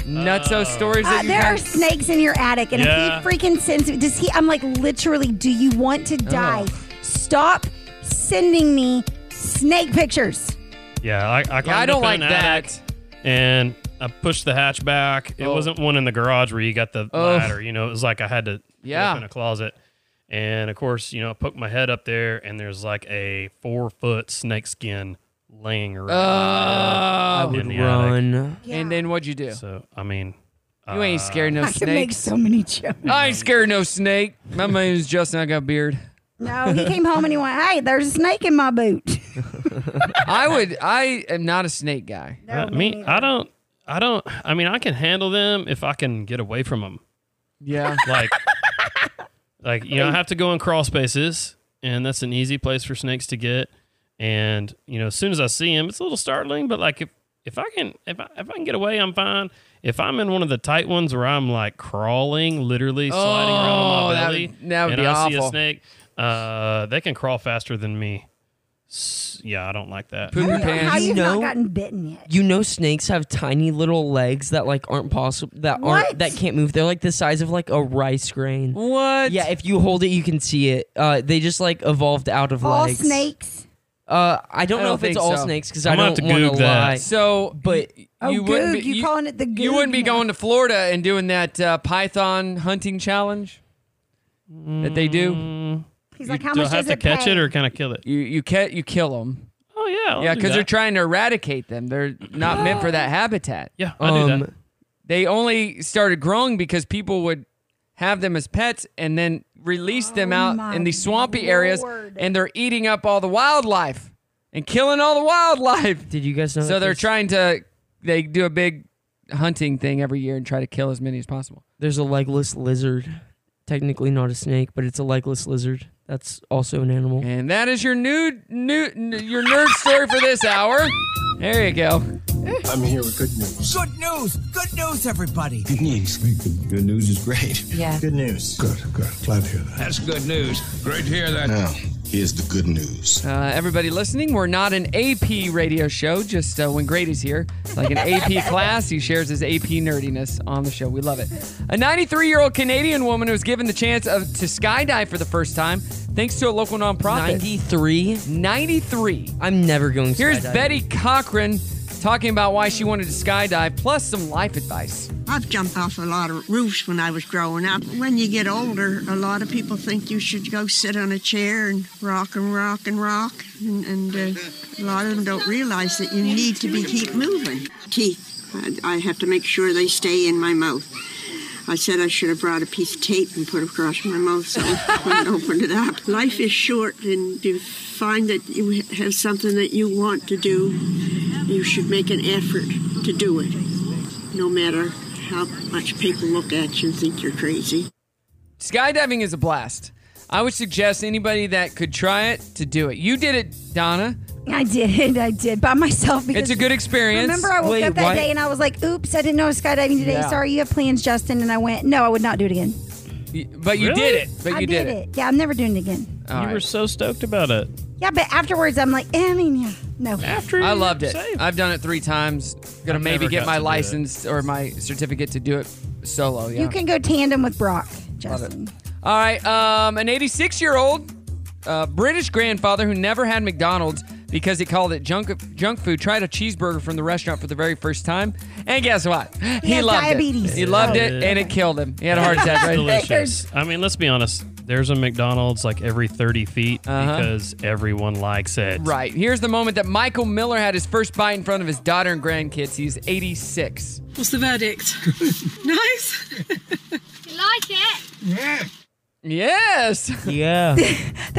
[SPEAKER 1] nutso stories
[SPEAKER 6] Uh,
[SPEAKER 1] that you
[SPEAKER 6] there are
[SPEAKER 1] have?
[SPEAKER 6] snakes in your attic, and
[SPEAKER 1] Yeah.
[SPEAKER 6] if he freaking sends me, does he? I'm like, literally, do you want to
[SPEAKER 1] Oh.
[SPEAKER 6] die? Stop sending me snake pictures.
[SPEAKER 7] Yeah, I, I, climbed
[SPEAKER 1] I don't
[SPEAKER 7] up in
[SPEAKER 1] like
[SPEAKER 7] an attic And I pushed the hatch back. It
[SPEAKER 1] Oh.
[SPEAKER 7] wasn't one in the garage where you got the
[SPEAKER 1] Oh.
[SPEAKER 7] ladder. You know, it was like I had to
[SPEAKER 1] Yeah.
[SPEAKER 7] open a closet. And of course, you know, I poked my head up there, and there's like a four foot snake skin laying around.
[SPEAKER 1] I
[SPEAKER 7] in
[SPEAKER 1] would
[SPEAKER 7] the attic.
[SPEAKER 1] Oh. And then what'd you do?
[SPEAKER 7] So I mean,
[SPEAKER 1] You ain't scared no
[SPEAKER 6] I can make
[SPEAKER 1] snakes.
[SPEAKER 6] so many jokes.
[SPEAKER 1] I ain't scared no snake. My name's Justin. I got a beard.
[SPEAKER 6] No, he came home and he went, "Hey, there's a snake in my boot."
[SPEAKER 1] I would. I am not a snake guy.
[SPEAKER 7] I mean, Uh, I don't, I don't. I mean, I can handle them if I can get away from them.
[SPEAKER 1] Yeah.
[SPEAKER 7] like like you know i have to go in crawl spaces and that's an easy place for snakes to get and you know as soon as i see them it's a little startling but like if if i can if i, if I can get away i'm fine if i'm in one of the tight ones where i'm like crawling literally sliding around on
[SPEAKER 1] Oh,
[SPEAKER 7] my
[SPEAKER 1] that
[SPEAKER 7] belly
[SPEAKER 1] would- that would
[SPEAKER 7] and
[SPEAKER 1] be
[SPEAKER 7] i see
[SPEAKER 1] awful.
[SPEAKER 7] a snake uh they can crawl faster than me S- yeah i don't like that
[SPEAKER 1] Poopy
[SPEAKER 6] How
[SPEAKER 8] You
[SPEAKER 6] you've
[SPEAKER 8] know-
[SPEAKER 6] not gotten bitten yet?
[SPEAKER 8] You know, snakes have tiny little legs that like aren't possible. That aren't
[SPEAKER 6] What?
[SPEAKER 8] that can't move. They're like the size of like a rice grain.
[SPEAKER 1] What?
[SPEAKER 8] Yeah, if you hold it, you can see it. Uh, they just like evolved out of
[SPEAKER 6] All
[SPEAKER 8] legs.
[SPEAKER 6] snakes.
[SPEAKER 8] Uh, I don't
[SPEAKER 1] I
[SPEAKER 8] know
[SPEAKER 1] don't
[SPEAKER 8] if it's
[SPEAKER 1] think
[SPEAKER 8] all
[SPEAKER 1] so.
[SPEAKER 8] snakes because
[SPEAKER 7] I'm
[SPEAKER 8] I
[SPEAKER 7] gonna have
[SPEAKER 8] don't
[SPEAKER 7] to
[SPEAKER 8] want
[SPEAKER 7] Goog
[SPEAKER 8] to
[SPEAKER 7] that.
[SPEAKER 8] lie.
[SPEAKER 1] So,
[SPEAKER 8] but
[SPEAKER 6] Oh,
[SPEAKER 1] you wouldn't
[SPEAKER 6] goog.
[SPEAKER 1] be,
[SPEAKER 6] You, calling it the goog?
[SPEAKER 1] you wouldn't be
[SPEAKER 6] now.
[SPEAKER 1] going to Florida and doing that uh, python hunting challenge that they do.
[SPEAKER 7] Mm.
[SPEAKER 6] He's like,
[SPEAKER 7] do
[SPEAKER 6] "How
[SPEAKER 7] i
[SPEAKER 6] much
[SPEAKER 7] have
[SPEAKER 6] does
[SPEAKER 7] to
[SPEAKER 6] it
[SPEAKER 7] catch
[SPEAKER 6] pay?"
[SPEAKER 7] it or can i kill it
[SPEAKER 1] You you ca- you kill them.
[SPEAKER 7] oh yeah I'll
[SPEAKER 1] yeah,
[SPEAKER 7] do
[SPEAKER 1] because they're
[SPEAKER 7] that.
[SPEAKER 1] trying to eradicate them. They're not meant for that habitat.
[SPEAKER 7] yeah i do that
[SPEAKER 8] Um,
[SPEAKER 1] They only started growing because people would have them as pets and then release them out
[SPEAKER 6] Oh my
[SPEAKER 1] in the swampy areas,
[SPEAKER 6] Lord.
[SPEAKER 1] and they're eating up all the wildlife and killing all the wildlife.
[SPEAKER 8] Did you guys know?
[SPEAKER 1] So
[SPEAKER 8] that
[SPEAKER 1] they're
[SPEAKER 8] there's-
[SPEAKER 1] trying to they do a big hunting thing every year and try to kill as many as possible.
[SPEAKER 8] There's a legless lizard. Technically not a snake, but it's a legless lizard. That's also an animal.
[SPEAKER 1] And that is your new new n- your nerd story for this hour. There you go.
[SPEAKER 11] I'm here with good news.
[SPEAKER 5] Good news! Good news, everybody!
[SPEAKER 11] Good news. Good, news is great.
[SPEAKER 3] Yeah.
[SPEAKER 11] Good news. Good, good. Glad to hear that.
[SPEAKER 2] That's good news. Great to hear that.
[SPEAKER 11] Now, Here's the good news.
[SPEAKER 1] Uh, everybody listening, we're not an AP radio show, just uh, when Grady's here. Like an AP class, he shares his AP nerdiness on the show. We love it. A 93 year old Canadian woman who was given the chance of to skydive for the first time thanks to a local nonprofit.
[SPEAKER 8] 93?
[SPEAKER 1] 93.
[SPEAKER 8] I'm never going to
[SPEAKER 1] Here's Betty Cochran talking about why she wanted to skydive, plus some life advice.
[SPEAKER 13] I've jumped off a lot of roofs when I was growing up. When you get older, a lot of people think you should go sit on a chair and rock and rock and rock, and, and uh, a lot of them don't realize that you need to be keep moving. Teeth, I, I have to make sure they stay in my mouth. I said I should have brought a piece of tape and put it across my mouth so I wouldn't open it up. Life is short, and you find that you have something that you want to do, you should make an effort to do it, no matter how much people look at you and think you're crazy.
[SPEAKER 1] Skydiving is a blast. I would suggest anybody that could try it to do it. You did it, Donna.
[SPEAKER 6] I did. I did by myself. Because
[SPEAKER 1] It's a good experience.
[SPEAKER 6] Remember, I woke
[SPEAKER 1] Wait,
[SPEAKER 6] up that
[SPEAKER 1] what?
[SPEAKER 6] day and I was like, "Oops, I didn't know I was skydiving today.
[SPEAKER 1] Yeah.
[SPEAKER 6] Sorry, you have plans, Justin." And I went, "No, I would not do it again."
[SPEAKER 1] But you
[SPEAKER 7] Really?
[SPEAKER 1] did it. But you
[SPEAKER 6] I did, it. Yeah, I'm never doing it again.
[SPEAKER 1] Um,
[SPEAKER 7] you were so stoked about it.
[SPEAKER 6] Yeah, but afterwards, I'm like, eh, I mean, yeah, no. After
[SPEAKER 1] I loved it. I've done it three times. Gonna
[SPEAKER 7] I've
[SPEAKER 1] maybe
[SPEAKER 7] never
[SPEAKER 1] get
[SPEAKER 7] got
[SPEAKER 1] my
[SPEAKER 7] to do it.
[SPEAKER 1] license or my certificate to do it solo. Yeah.
[SPEAKER 6] You can go tandem with Brock.
[SPEAKER 1] Love it. All right. Um, an 86 year old uh, British grandfather who never had McDonald's because he called it junk junk food tried a cheeseburger from the restaurant for the very first time. And guess what? He,
[SPEAKER 6] had
[SPEAKER 1] loved
[SPEAKER 6] diabetes.
[SPEAKER 1] it. He loved
[SPEAKER 7] Oh.
[SPEAKER 1] it and it killed him. He had a heart attack, right?
[SPEAKER 7] Delicious. I mean, let's be honest. There's a McDonald's like every 30 feet
[SPEAKER 1] Uh-huh.
[SPEAKER 7] because everyone likes it.
[SPEAKER 1] Right. Here's the moment that Michael Miller had his first bite in front of his daughter and grandkids. He's 86.
[SPEAKER 14] What's the verdict? nice.
[SPEAKER 3] You like it?
[SPEAKER 14] Yeah.
[SPEAKER 1] Yes.
[SPEAKER 8] Yeah.
[SPEAKER 6] There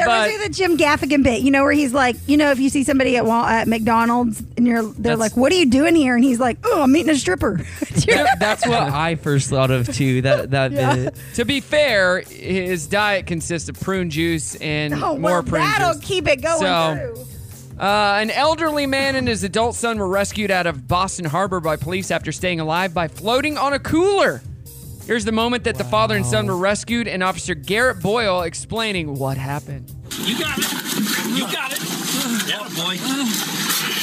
[SPEAKER 1] But-
[SPEAKER 6] was the Jim Gaffigan bit, you know, where he's like, you know, if you see somebody at Wal- at McDonald's and you're, they're
[SPEAKER 8] That's-
[SPEAKER 6] like, "What are you doing here?" and he's like, "Oh, I'm meeting a stripper."
[SPEAKER 1] That's
[SPEAKER 8] what I first thought of too. That that bit.
[SPEAKER 1] to be fair, his diet consists of prune juice and
[SPEAKER 6] Oh, well,
[SPEAKER 1] more prune
[SPEAKER 6] that'll
[SPEAKER 1] juice.
[SPEAKER 6] keep it going
[SPEAKER 1] So, uh, an elderly man and his adult son were rescued out of Boston Harbor by police after staying alive by floating on a cooler. Here's the moment that the father and son were rescued, and Officer Garrett Boyle explaining what happened.
[SPEAKER 5] You got it. You got it. Yeah, boy.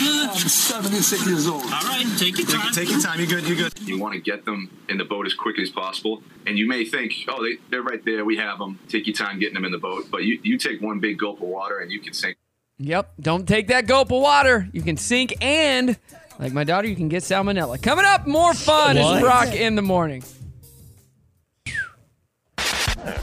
[SPEAKER 11] I'm 76 years old. All
[SPEAKER 5] right, take your time.
[SPEAKER 11] Take your time. You're good. You're good.
[SPEAKER 2] You want to get them in the boat as quick as possible. And you may think, oh, they, they're right there. We have them. Take your time getting them in the boat. But you, you take one big gulp of water and you can sink.
[SPEAKER 1] Yep, don't take that gulp of water. You can sink, and like my daughter, you can get salmonella. Coming up, more fun is
[SPEAKER 2] What?
[SPEAKER 1] Brock in the morning.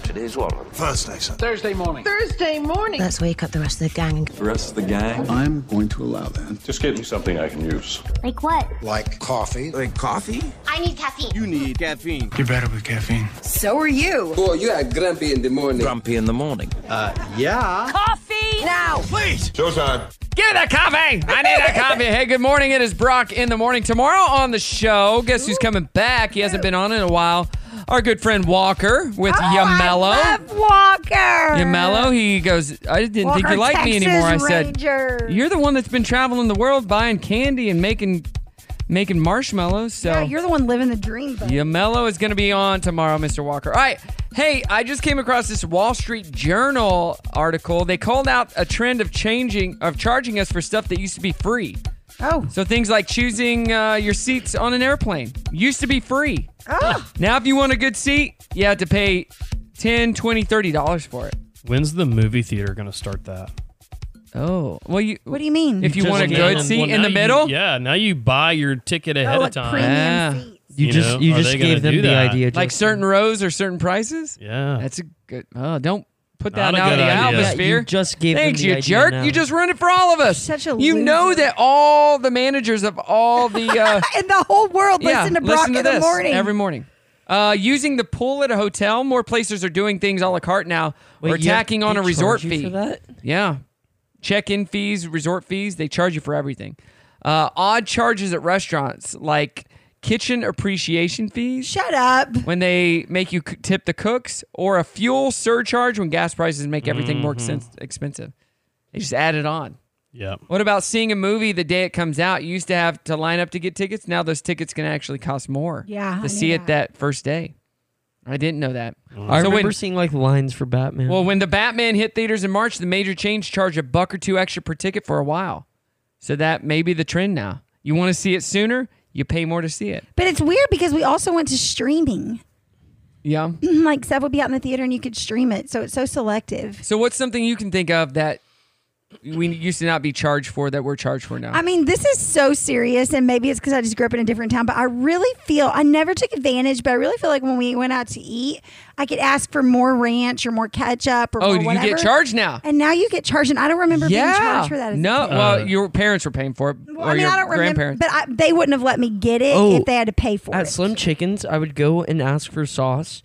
[SPEAKER 2] Today's what? Thursday, sir.
[SPEAKER 15] Thursday morning.
[SPEAKER 16] Thursday morning.
[SPEAKER 12] Let's wake up the rest of the gang.
[SPEAKER 15] The rest of the gang. I'm going to allow that. Just give me something I can use.
[SPEAKER 12] Like what?
[SPEAKER 15] Like coffee. Like coffee?
[SPEAKER 12] I need caffeine.
[SPEAKER 15] You need caffeine.
[SPEAKER 17] You're better with caffeine.
[SPEAKER 16] So are you.
[SPEAKER 17] Boy, Oh, you are grumpy in the morning. Grumpy in the morning. Uh, yeah.
[SPEAKER 16] Coffee now, please.
[SPEAKER 17] Showtime.
[SPEAKER 1] Give me the coffee. I need a coffee. Hey, good morning. It is Brock in the morning. Tomorrow on the show, guess who's coming back? He hasn't been on in a while. Our good friend Walker with
[SPEAKER 6] Oh,
[SPEAKER 1] Yamello.
[SPEAKER 6] Walker.
[SPEAKER 1] Yamello, he goes, I didn't think you liked me anymore. I said, You're the one that's been traveling the world buying candy and making making marshmallows. So
[SPEAKER 6] yeah, you're the one living the dream. But
[SPEAKER 1] Yamello is going to be on tomorrow, Mr. Walker. All right. Hey, I just came across this Wall Street Journal article. They called out a trend of changing of charging us for stuff that used to be free.
[SPEAKER 6] Oh.
[SPEAKER 1] So things like choosing uh, your seats on an airplane used to be free.
[SPEAKER 7] Ah.
[SPEAKER 6] Oh.
[SPEAKER 1] Now if you want a good seat, you have to pay 10, 20, 30 dollars for it.
[SPEAKER 7] When's the movie theater going to start that?
[SPEAKER 1] Oh, well, you.
[SPEAKER 6] What do you mean?
[SPEAKER 1] If you
[SPEAKER 7] Just
[SPEAKER 1] want a
[SPEAKER 7] now-
[SPEAKER 1] good seat
[SPEAKER 7] well,
[SPEAKER 1] in
[SPEAKER 7] now
[SPEAKER 1] the
[SPEAKER 7] you-
[SPEAKER 1] middle,
[SPEAKER 7] yeah, now you buy your ticket
[SPEAKER 6] Oh,
[SPEAKER 7] ahead
[SPEAKER 1] like
[SPEAKER 7] of time.
[SPEAKER 1] premium Yeah.
[SPEAKER 8] You just- you
[SPEAKER 7] are
[SPEAKER 8] just
[SPEAKER 7] they gonna
[SPEAKER 8] gave them
[SPEAKER 7] do
[SPEAKER 8] the
[SPEAKER 7] that?
[SPEAKER 8] idea,
[SPEAKER 1] like certain rows or certain prices.
[SPEAKER 7] Yeah.
[SPEAKER 1] That's a good. Oh, don't put that
[SPEAKER 7] Not a
[SPEAKER 1] out of
[SPEAKER 7] good
[SPEAKER 1] the
[SPEAKER 7] idea.
[SPEAKER 1] atmosphere.
[SPEAKER 7] Yeah, you just gave them
[SPEAKER 1] Thanks,
[SPEAKER 7] the
[SPEAKER 1] you
[SPEAKER 7] idea
[SPEAKER 1] jerk.
[SPEAKER 7] now.
[SPEAKER 1] You just ruined it for all of us.
[SPEAKER 6] Such a
[SPEAKER 1] you know that all the managers of all the uh,
[SPEAKER 6] in the whole world
[SPEAKER 1] yeah,
[SPEAKER 6] listen to Brock in the
[SPEAKER 1] this
[SPEAKER 6] morning.
[SPEAKER 1] every morning. Uh, using the pool at a hotel, more places are doing things a la carte now.
[SPEAKER 8] Wait,
[SPEAKER 1] or
[SPEAKER 8] you have-
[SPEAKER 1] tacking on
[SPEAKER 8] they
[SPEAKER 1] a resort
[SPEAKER 8] charge you
[SPEAKER 1] fee.
[SPEAKER 8] for that?
[SPEAKER 1] Yeah, check-in fees, resort fees. They charge you for everything. Uh, odd charges at restaurants like kitchen appreciation fees.
[SPEAKER 6] Shut up.
[SPEAKER 1] When they make you c- tip the cooks, or a fuel surcharge when gas prices make everything more exen- expensive. They just add it on.
[SPEAKER 7] Yep.
[SPEAKER 1] What about seeing a movie the day it comes out? You used to have to line up to get tickets. Now those tickets can actually cost more.
[SPEAKER 6] Ah, Yeah, I
[SPEAKER 1] To see
[SPEAKER 6] knew
[SPEAKER 1] it that first day.
[SPEAKER 8] I didn't know that.
[SPEAKER 1] I
[SPEAKER 8] Mm-hmm.
[SPEAKER 1] So
[SPEAKER 8] I remember
[SPEAKER 1] when-
[SPEAKER 8] seeing like lines for Batman.
[SPEAKER 1] Well, when the Batman hit theaters in March, the major chains charged a buck or two extra per ticket for a while. So that may be the trend now. You want to see it sooner, you pay more to see it.
[SPEAKER 6] But it's weird because we also went to streaming.
[SPEAKER 1] Yeah.
[SPEAKER 6] like stuff would be out in the theater and you could stream it. So it's so selective.
[SPEAKER 1] So what's something you can think of that we used to not be charged for that we're charged for now?
[SPEAKER 6] I mean, this is so serious, and maybe it's because I just grew up in a different town, but I really feel I never took advantage, but I really feel like when we went out to eat, I could ask for more ranch or more ketchup or
[SPEAKER 1] Oh,
[SPEAKER 6] more
[SPEAKER 1] you get
[SPEAKER 6] whatever.
[SPEAKER 1] charged now.
[SPEAKER 6] And now you get charged, and I don't remember being
[SPEAKER 1] yeah.
[SPEAKER 6] charged for that. as a
[SPEAKER 1] no.
[SPEAKER 6] kid.
[SPEAKER 1] well,
[SPEAKER 8] Uh.
[SPEAKER 1] your parents were paying for it, or
[SPEAKER 6] I mean,
[SPEAKER 1] your
[SPEAKER 6] I don't remember,
[SPEAKER 1] grandparents.
[SPEAKER 6] but I, they wouldn't have let me get it
[SPEAKER 8] Oh.
[SPEAKER 6] if they had to pay for
[SPEAKER 8] at
[SPEAKER 6] it.
[SPEAKER 8] Slim Chickens, I would go and ask for sauce,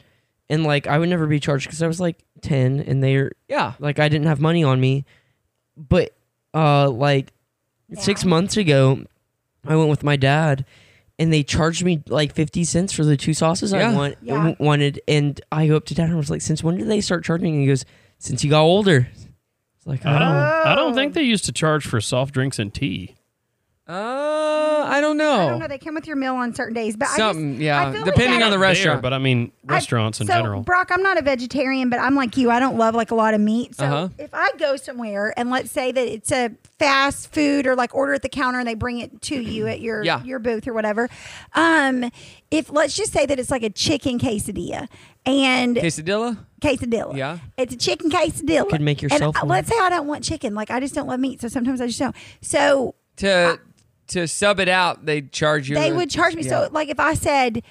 [SPEAKER 8] and like I would never be charged because I was like ten, and they're
[SPEAKER 1] Yeah.
[SPEAKER 8] like I didn't have money on me, but uh, like six months ago, I went with my dad, and they charged me like fifty cents for the two sauces
[SPEAKER 1] Yeah.
[SPEAKER 8] I want
[SPEAKER 1] Yeah.
[SPEAKER 8] w- wanted, and I go up to dad and I was like, since when did they start charging? And he goes, since you got older. It's like
[SPEAKER 7] I don't,
[SPEAKER 8] oh.
[SPEAKER 7] I don't think they used to charge for soft drinks and tea.
[SPEAKER 1] Uh, I don't know.
[SPEAKER 6] I don't know. They come with your meal on certain days, but I
[SPEAKER 1] Something,
[SPEAKER 6] just,
[SPEAKER 1] yeah,
[SPEAKER 6] I feel like
[SPEAKER 1] depending
[SPEAKER 6] I
[SPEAKER 1] on the
[SPEAKER 6] don't-
[SPEAKER 1] restaurant.
[SPEAKER 7] but I mean
[SPEAKER 6] I-
[SPEAKER 7] restaurants in
[SPEAKER 6] so,
[SPEAKER 7] general.
[SPEAKER 6] Brock, I'm not a vegetarian, but I'm like you. I don't love like a lot of meat. So
[SPEAKER 7] Uh-huh.
[SPEAKER 6] if I go somewhere and let's say that it's a fast food or like order at the counter and they bring it to you at your
[SPEAKER 18] Yeah.
[SPEAKER 6] your booth or whatever, um, if let's just say that it's like a chicken quesadilla and
[SPEAKER 1] quesadilla,
[SPEAKER 6] quesadilla,
[SPEAKER 1] Yeah.
[SPEAKER 6] it's a chicken quesadilla.
[SPEAKER 8] Could make
[SPEAKER 6] And
[SPEAKER 8] yourself
[SPEAKER 6] I-
[SPEAKER 8] one.
[SPEAKER 6] let's say I don't want chicken. Like I just don't love meat, so sometimes I just don't. So
[SPEAKER 1] to to sub it out, they charge you.
[SPEAKER 6] they
[SPEAKER 1] a-
[SPEAKER 6] would charge me.
[SPEAKER 1] yeah.
[SPEAKER 6] So like if I said,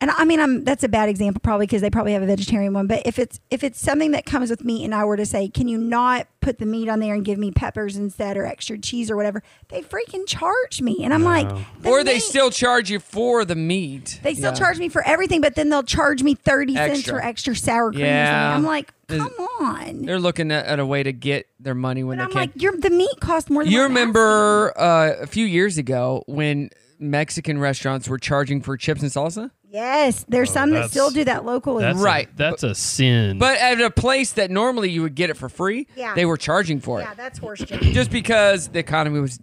[SPEAKER 6] and I mean I'm that's a bad example probably because they probably have a vegetarian one. But if it's if it's something that comes with meat and I were to say, can you not put the meat on there and give me peppers instead or extra cheese or whatever, they freaking charge me, and I'm like, the
[SPEAKER 1] or they
[SPEAKER 6] meat-
[SPEAKER 1] still charge you for the meat.
[SPEAKER 6] They still
[SPEAKER 1] Yeah.
[SPEAKER 6] charge me for everything, but then they'll charge me thirty cents
[SPEAKER 1] Extra.
[SPEAKER 6] for extra sour cream.
[SPEAKER 1] Yeah.
[SPEAKER 6] Or something. I'm like,
[SPEAKER 1] Is-
[SPEAKER 6] come on.
[SPEAKER 1] They're looking at, at a way to get their money when
[SPEAKER 6] I'm
[SPEAKER 1] they can.
[SPEAKER 6] like, your the meat costs more than
[SPEAKER 1] you
[SPEAKER 6] what I'm
[SPEAKER 1] remember uh, a few years ago when Mexican restaurants were charging for chips and salsa?
[SPEAKER 6] asking." Yes,
[SPEAKER 1] Oh,
[SPEAKER 6] there's some that
[SPEAKER 7] that's-
[SPEAKER 6] still do that locally.
[SPEAKER 7] That's a- that's a sin.
[SPEAKER 1] But at a place that normally you would get it for free,
[SPEAKER 6] Yeah.
[SPEAKER 1] they were charging for
[SPEAKER 6] Yeah,
[SPEAKER 1] it.
[SPEAKER 6] that's Oh, horseshit.
[SPEAKER 1] Just because the economy was,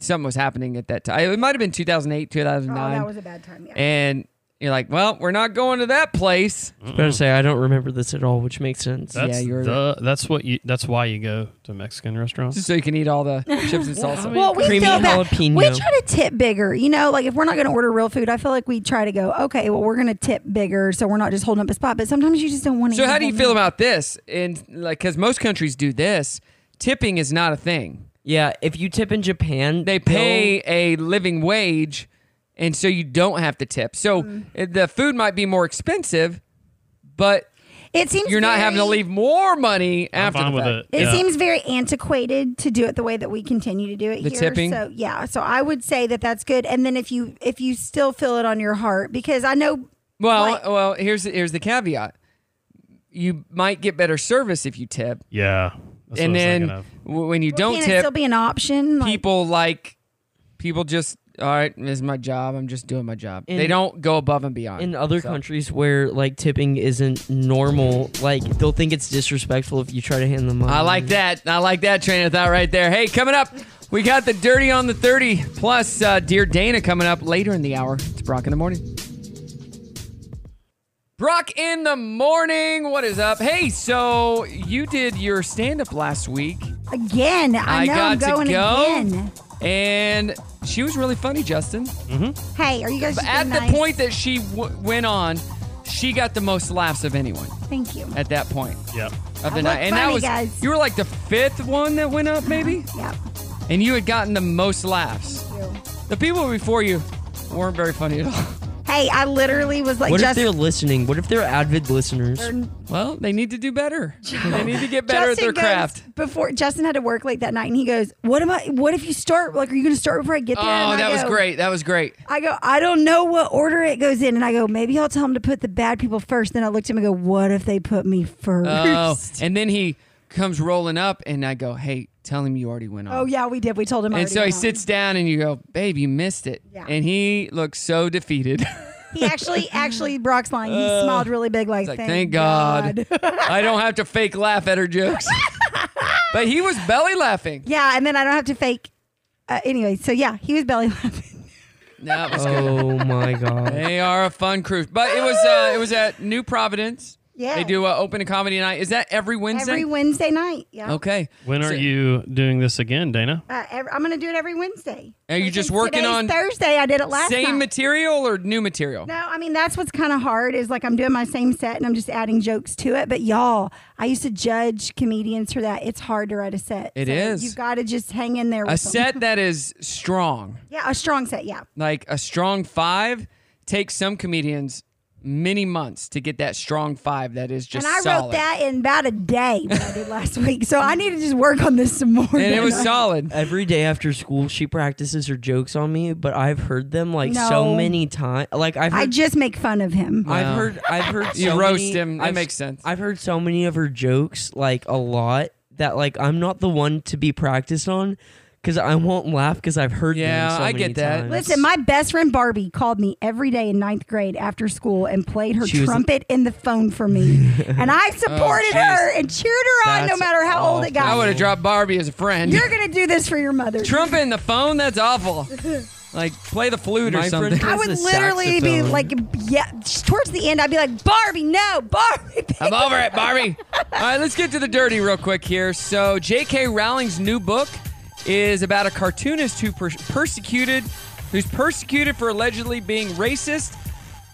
[SPEAKER 1] something was happening at that time. It might have been 2008, 2009.
[SPEAKER 6] Oh, that was a bad time, yeah.
[SPEAKER 1] And you're like, well, we're not going to that place.
[SPEAKER 8] I was about to say I don't remember this at all, which makes sense.
[SPEAKER 7] That's the, that's what you that's why you go to Mexican restaurants.
[SPEAKER 1] Just so you can eat all the chips and salsa.
[SPEAKER 6] Well, we feel bad.
[SPEAKER 7] jalapeno.
[SPEAKER 6] We try to tip bigger. You know, like if we're not going to order real food, I feel like we try to go, okay, well, we're going to tip bigger. So we're not just holding up a spot. But sometimes you just don't want to.
[SPEAKER 1] So how do you
[SPEAKER 8] Mm-hmm.
[SPEAKER 1] feel about this? And like, because most countries do this, tipping is not a thing.
[SPEAKER 8] Yeah, if you tip in Japan,
[SPEAKER 1] they pay a living wage, and so you don't have to tip. So
[SPEAKER 8] Mm.
[SPEAKER 1] uh, the food might be more expensive, but
[SPEAKER 6] it seems
[SPEAKER 1] you're not having to
[SPEAKER 6] very-
[SPEAKER 1] leave more money after
[SPEAKER 7] fine
[SPEAKER 1] the
[SPEAKER 7] with
[SPEAKER 1] fact.
[SPEAKER 6] It seems very antiquated to do it the way that we continue to do it
[SPEAKER 1] The
[SPEAKER 6] here.
[SPEAKER 1] tipping?
[SPEAKER 6] So yeah, so I would say that that's good. And then if you if you still feel it on your heart, because I know
[SPEAKER 1] Well, well, here's here's the caveat. You might get better service if you tip,
[SPEAKER 7] Yeah. That's
[SPEAKER 1] and
[SPEAKER 7] what I was
[SPEAKER 1] then
[SPEAKER 7] thinking of.
[SPEAKER 1] w- when you don't
[SPEAKER 6] can it
[SPEAKER 1] tip,
[SPEAKER 6] still be an option? Like,
[SPEAKER 1] people like people just all right. This is my job. I'm just doing my job. they
[SPEAKER 8] In-
[SPEAKER 1] don't go above and beyond.
[SPEAKER 8] in other
[SPEAKER 1] So-
[SPEAKER 8] countries where like tipping isn't normal, like they'll think it's disrespectful if you try to hand them money.
[SPEAKER 1] I like that. I like that train of thought right there. Hey, coming up, we got the dirty on the thirty plus uh, dear Dana coming up later in the hour. It's Brock in the morning. Brock in the morning. What is up? Hey, so you did your stand up last week.
[SPEAKER 6] again, I, know
[SPEAKER 1] got
[SPEAKER 6] I'm going
[SPEAKER 1] to go,
[SPEAKER 6] again.
[SPEAKER 1] and she was really funny, Justin. Mm-hmm.
[SPEAKER 6] Hey, are you guys just
[SPEAKER 1] At
[SPEAKER 6] being
[SPEAKER 1] the
[SPEAKER 6] nice?
[SPEAKER 1] point that she w- went on, she got the most laughs of anyone.
[SPEAKER 6] Thank you.
[SPEAKER 1] At that point.
[SPEAKER 7] Yep.
[SPEAKER 1] Of
[SPEAKER 6] I
[SPEAKER 1] the
[SPEAKER 6] look
[SPEAKER 1] night, and that
[SPEAKER 6] funny,
[SPEAKER 1] was
[SPEAKER 6] guys.
[SPEAKER 1] you were like the fifth one that went up, maybe.
[SPEAKER 6] Yep.
[SPEAKER 1] And you had gotten the most laughs. The people before you weren't very funny at all.
[SPEAKER 6] Hey, I literally was like
[SPEAKER 8] what
[SPEAKER 6] just
[SPEAKER 8] if they're listening? What if they're avid listeners?
[SPEAKER 1] Well, they need to do better. They need to get better at
[SPEAKER 6] Justin
[SPEAKER 1] their
[SPEAKER 6] goes-
[SPEAKER 1] craft.
[SPEAKER 6] Before Justin had to work late that night, and he goes, "What am I? What if you start? Like, are you going to start before I get there?"
[SPEAKER 1] Oh,
[SPEAKER 6] And I
[SPEAKER 1] that was
[SPEAKER 6] go-
[SPEAKER 1] great. That was great.
[SPEAKER 6] I go, I don't know what order it goes in, and I go, maybe I'll tell him to put the bad people first. Then I looked at him and go, what if they put me first?
[SPEAKER 1] Oh, and then he comes rolling up, and I go, "Hey, tell him you already went on."
[SPEAKER 6] Oh, yeah, we did. We told him.
[SPEAKER 1] and
[SPEAKER 6] already
[SPEAKER 1] so he
[SPEAKER 6] went on.
[SPEAKER 1] sits down, and you go, "Babe, you missed it."
[SPEAKER 6] Yeah.
[SPEAKER 1] And he looks so defeated.
[SPEAKER 6] He actually, actually, Brock's lying. He
[SPEAKER 1] Uh,
[SPEAKER 6] smiled really big, like,
[SPEAKER 1] Like,
[SPEAKER 6] thank,
[SPEAKER 1] thank God, I don't have to fake laugh at her jokes. but he was belly laughing.
[SPEAKER 6] Yeah, and then I don't have to fake. Uh, anyway, so yeah, he was belly laughing.
[SPEAKER 1] That was good.
[SPEAKER 8] Oh my god.
[SPEAKER 1] They are a fun crew, but it was uh, it was at New Providence.
[SPEAKER 6] Yeah.
[SPEAKER 1] they do uh, open a comedy night. Is that every Wednesday?
[SPEAKER 6] Every Wednesday night. Yeah.
[SPEAKER 1] Okay.
[SPEAKER 7] When are
[SPEAKER 1] So-
[SPEAKER 7] you doing this again, Dana?
[SPEAKER 6] Uh, every, I'm going to do it every Wednesday.
[SPEAKER 1] Are you just working
[SPEAKER 6] Today's
[SPEAKER 1] on
[SPEAKER 6] Thursday. I did it last
[SPEAKER 1] same
[SPEAKER 6] night.
[SPEAKER 1] material or new material?
[SPEAKER 6] No, I mean that's what's kind of hard is like I'm doing my same set and I'm just adding jokes to it. But y'all, I used to judge comedians for that. It's hard to write a set.
[SPEAKER 1] It
[SPEAKER 6] It
[SPEAKER 1] is.
[SPEAKER 6] You got to just hang in there. With
[SPEAKER 1] A
[SPEAKER 6] them.
[SPEAKER 1] set that is strong,
[SPEAKER 6] Yeah, a strong set. Yeah.
[SPEAKER 1] like a strong five, takes some comedians many months to get that strong five that is just
[SPEAKER 6] and I
[SPEAKER 1] solid.
[SPEAKER 6] wrote that in about a day what I did last week. So I need to just work on this some more.
[SPEAKER 1] And it was solid.
[SPEAKER 8] Every day after school, she practices her jokes on me, but I've heard them like so
[SPEAKER 6] No.
[SPEAKER 8] many times. Like I've heard,
[SPEAKER 6] I just make fun of him.
[SPEAKER 8] I've heard, I've heard.
[SPEAKER 1] You
[SPEAKER 8] so
[SPEAKER 1] roast
[SPEAKER 8] many-
[SPEAKER 1] him. That
[SPEAKER 8] I've-
[SPEAKER 1] makes sense.
[SPEAKER 8] I've heard so many of her jokes, like a lot, that like I'm not the one to be practiced on, because I won't laugh because I've heard. them so many times.
[SPEAKER 6] Listen, my best friend Barbie called me every day in ninth grade after school and played her
[SPEAKER 8] She was-
[SPEAKER 6] trumpet in the phone for me. and I supported
[SPEAKER 1] Oh, jeez.
[SPEAKER 6] her and cheered her on no
[SPEAKER 1] That's
[SPEAKER 6] matter how old it got.
[SPEAKER 1] I would
[SPEAKER 7] Oh.
[SPEAKER 1] have dropped Barbie as a friend.
[SPEAKER 6] You're going to do this for your mother.
[SPEAKER 1] Trump in the phone? That's awful. Like play the flute
[SPEAKER 8] My
[SPEAKER 1] or
[SPEAKER 8] friend
[SPEAKER 1] something.
[SPEAKER 6] I would literally be like, yeah, just towards the end, I'd be like, Barbie, no, Barbie.
[SPEAKER 1] I'm over it, Barbie. All right, let's get to the dirty real quick here. So, J.K. Rowling's new book is about a cartoonist who per- persecuted, who's persecuted for allegedly being racist,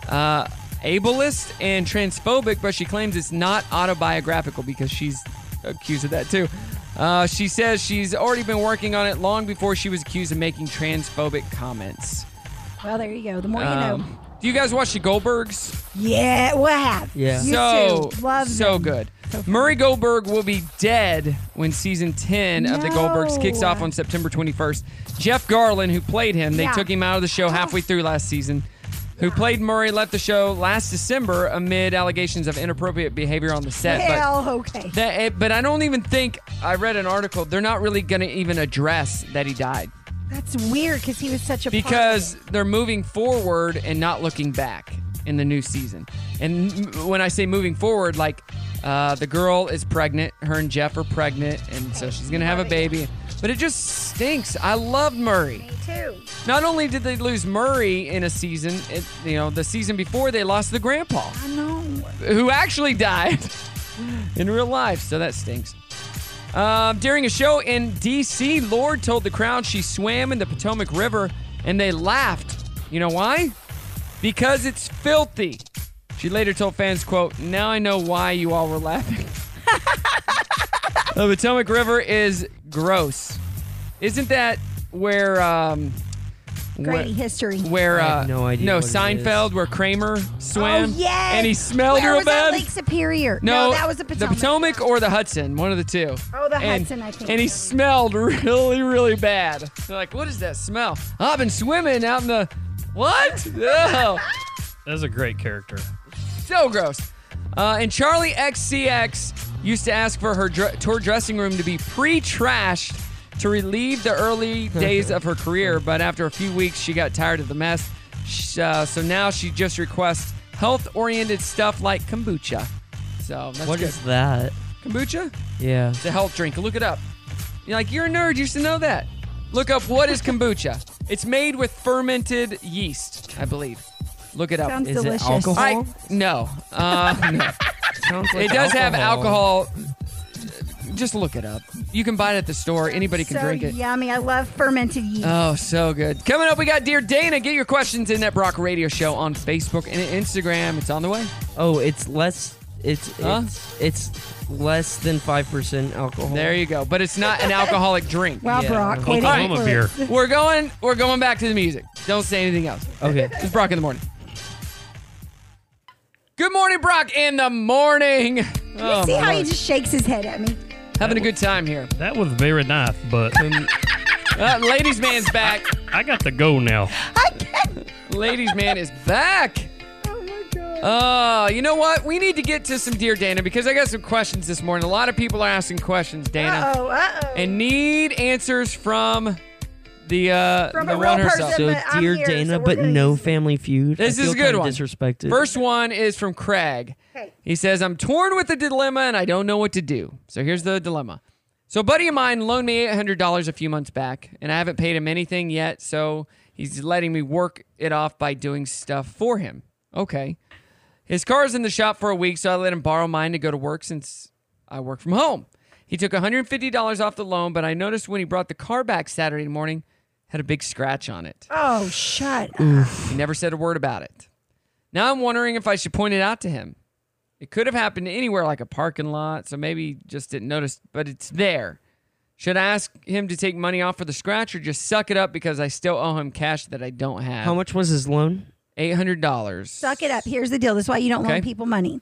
[SPEAKER 1] uh, ableist, and transphobic. But she claims it's not autobiographical because she's accused of that too. Uh, she says she's already been working on it long before she was accused of making transphobic comments.
[SPEAKER 6] Well, there you go. The more you know.
[SPEAKER 1] Um, do you guys watch the Goldbergs?
[SPEAKER 6] Yeah, what have?
[SPEAKER 8] Yeah.
[SPEAKER 6] You
[SPEAKER 1] so
[SPEAKER 6] too. Love
[SPEAKER 1] so
[SPEAKER 6] them.
[SPEAKER 1] good. Murray Goldberg will be dead when season 10 of the Goldbergs kicks
[SPEAKER 6] No.
[SPEAKER 1] off on September 21st. Jeff Garland, who played him, they
[SPEAKER 6] Yeah.
[SPEAKER 1] took him out of the show halfway through last season. Who played Murray left the show last December amid allegations of inappropriate behavior on the set. but-
[SPEAKER 6] Hell, okay.
[SPEAKER 1] that, it- but I don't even think I read an article. They're not really going to even address that he died
[SPEAKER 6] That's weird because he was such a part of
[SPEAKER 1] because they're moving forward and not looking back in the new season. And m- when I say moving forward, like uh, the girl is pregnant, her and Jeff are pregnant, and so she's gonna have a baby. But it just stinks. I loved Murray.
[SPEAKER 6] it, too.
[SPEAKER 1] Not only did they lose Murray in a season, it, you know, the season before they lost the grandpa,
[SPEAKER 6] I know.
[SPEAKER 1] who actually died in real life. So that stinks. Um, during a show in D.C., Lord told the crowd she swam in the Potomac River and they laughed. You know why? Because it's filthy. She later told fans, quote, Now I know why you all were laughing. the Potomac River is gross. Isn't that where. Um,
[SPEAKER 6] Great
[SPEAKER 1] where-
[SPEAKER 6] history.
[SPEAKER 1] where
[SPEAKER 8] I have
[SPEAKER 1] uh,
[SPEAKER 8] no idea
[SPEAKER 1] no
[SPEAKER 8] what it is.
[SPEAKER 1] Seinfeld, where Kramer swam,
[SPEAKER 6] Oh, yes.
[SPEAKER 1] and he smelled
[SPEAKER 6] Where
[SPEAKER 1] real
[SPEAKER 6] was
[SPEAKER 1] bad.
[SPEAKER 6] That Lake Superior.
[SPEAKER 1] No,
[SPEAKER 6] that was the Potomac.
[SPEAKER 1] The Potomac or the Hudson, one of the two.
[SPEAKER 6] Oh, the
[SPEAKER 1] And-
[SPEAKER 6] Hudson, I think.
[SPEAKER 1] And he smelled really, really bad. They're like, what is that smell? I've been swimming out in the. What? Ew.
[SPEAKER 7] That's a great character.
[SPEAKER 1] so gross. Uh, and Charlie XCX used to ask for her dr- tour dressing room to be pre trashed to relieve the early days of her career, but after a few weeks, she got tired of the mess. Sh- uh, so now she just requests health oriented stuff like kombucha. So that's
[SPEAKER 8] What
[SPEAKER 1] good.
[SPEAKER 8] is that?
[SPEAKER 1] Kombucha?
[SPEAKER 8] Yeah.
[SPEAKER 1] It's a health drink. Look it up. You're like, you're a nerd. You should know that. Look up what is kombucha. It's made with fermented yeast, I believe. Look it up.
[SPEAKER 6] Sounds
[SPEAKER 8] Is it
[SPEAKER 6] delicious.
[SPEAKER 8] alcohol?
[SPEAKER 1] I, no. Uh, no.
[SPEAKER 8] Sounds like
[SPEAKER 1] It does have
[SPEAKER 8] alcohol.
[SPEAKER 1] alcohol. Just look it up. You can buy it at the store. Anybody can
[SPEAKER 6] so
[SPEAKER 1] drink it.
[SPEAKER 6] yummy. I love fermented yeast.
[SPEAKER 1] Oh, so good. Coming up, we got Dear Dana. Get your questions in that Brock Radio Show on Facebook and Instagram. It's on the way.
[SPEAKER 8] Oh, it's less. It's
[SPEAKER 1] Huh?
[SPEAKER 8] it's, it's less than five percent alcohol.
[SPEAKER 1] There you go. But it's not an alcoholic drink.
[SPEAKER 6] Wow,
[SPEAKER 8] Yeah.
[SPEAKER 6] Brock. way to
[SPEAKER 7] Oklahoma
[SPEAKER 6] influence.
[SPEAKER 7] beer.
[SPEAKER 1] We're going. We're going back to the music. Don't say anything else.
[SPEAKER 8] Okay.
[SPEAKER 1] It's Brock in the morning. Good morning, Brock in the morning. Oh,
[SPEAKER 6] See
[SPEAKER 1] my
[SPEAKER 6] how he
[SPEAKER 1] Lord.
[SPEAKER 6] just shakes his head at me.
[SPEAKER 1] having a good time here.
[SPEAKER 7] That was very nice, but
[SPEAKER 1] Uh, ladies' man's back.
[SPEAKER 7] I got to go now.
[SPEAKER 1] ladies' man is back. Oh, you know what? We need to get to some Dear Dana because I got some questions this morning. A lot of people are asking questions, Dana,
[SPEAKER 6] Oh, uh oh.
[SPEAKER 1] and need answers from the uh,
[SPEAKER 6] From
[SPEAKER 1] the
[SPEAKER 6] a real
[SPEAKER 1] runner
[SPEAKER 6] person.
[SPEAKER 1] herself.
[SPEAKER 8] So
[SPEAKER 6] But I'm
[SPEAKER 8] dear
[SPEAKER 6] here, so
[SPEAKER 8] Dana,
[SPEAKER 6] we're
[SPEAKER 8] but
[SPEAKER 6] gonna
[SPEAKER 8] no
[SPEAKER 6] use-
[SPEAKER 8] family feud. I
[SPEAKER 1] This is
[SPEAKER 8] feel
[SPEAKER 1] a good
[SPEAKER 8] kinda
[SPEAKER 1] one.
[SPEAKER 8] Disrespected.
[SPEAKER 1] First one is from Craig. He says, I'm torn with a dilemma and I don't know what to do. So here's the dilemma. So a buddy of mine loaned me $800 a few months back and I haven't paid him anything yet. So He's letting me work it off by doing stuff for him. Okay. His car's in the shop for a week, so I let him borrow mine to go to work since I work from home. He took $150 off the loan, but I noticed when he brought the car back Saturday morning, had a big scratch on it.
[SPEAKER 6] Oh, shut up.
[SPEAKER 1] He never said a word about it. Now I'm wondering if I should point it out to him. It could have happened anywhere like a parking lot, so maybe he just didn't notice, but it's there. Should I ask him to take money off for the scratch or just suck it up because I still owe him cash that I don't have?
[SPEAKER 8] How much was his loan?
[SPEAKER 1] $800.
[SPEAKER 6] Suck it up. Here's the deal. That's why you don't
[SPEAKER 1] Okay.
[SPEAKER 6] loan people money.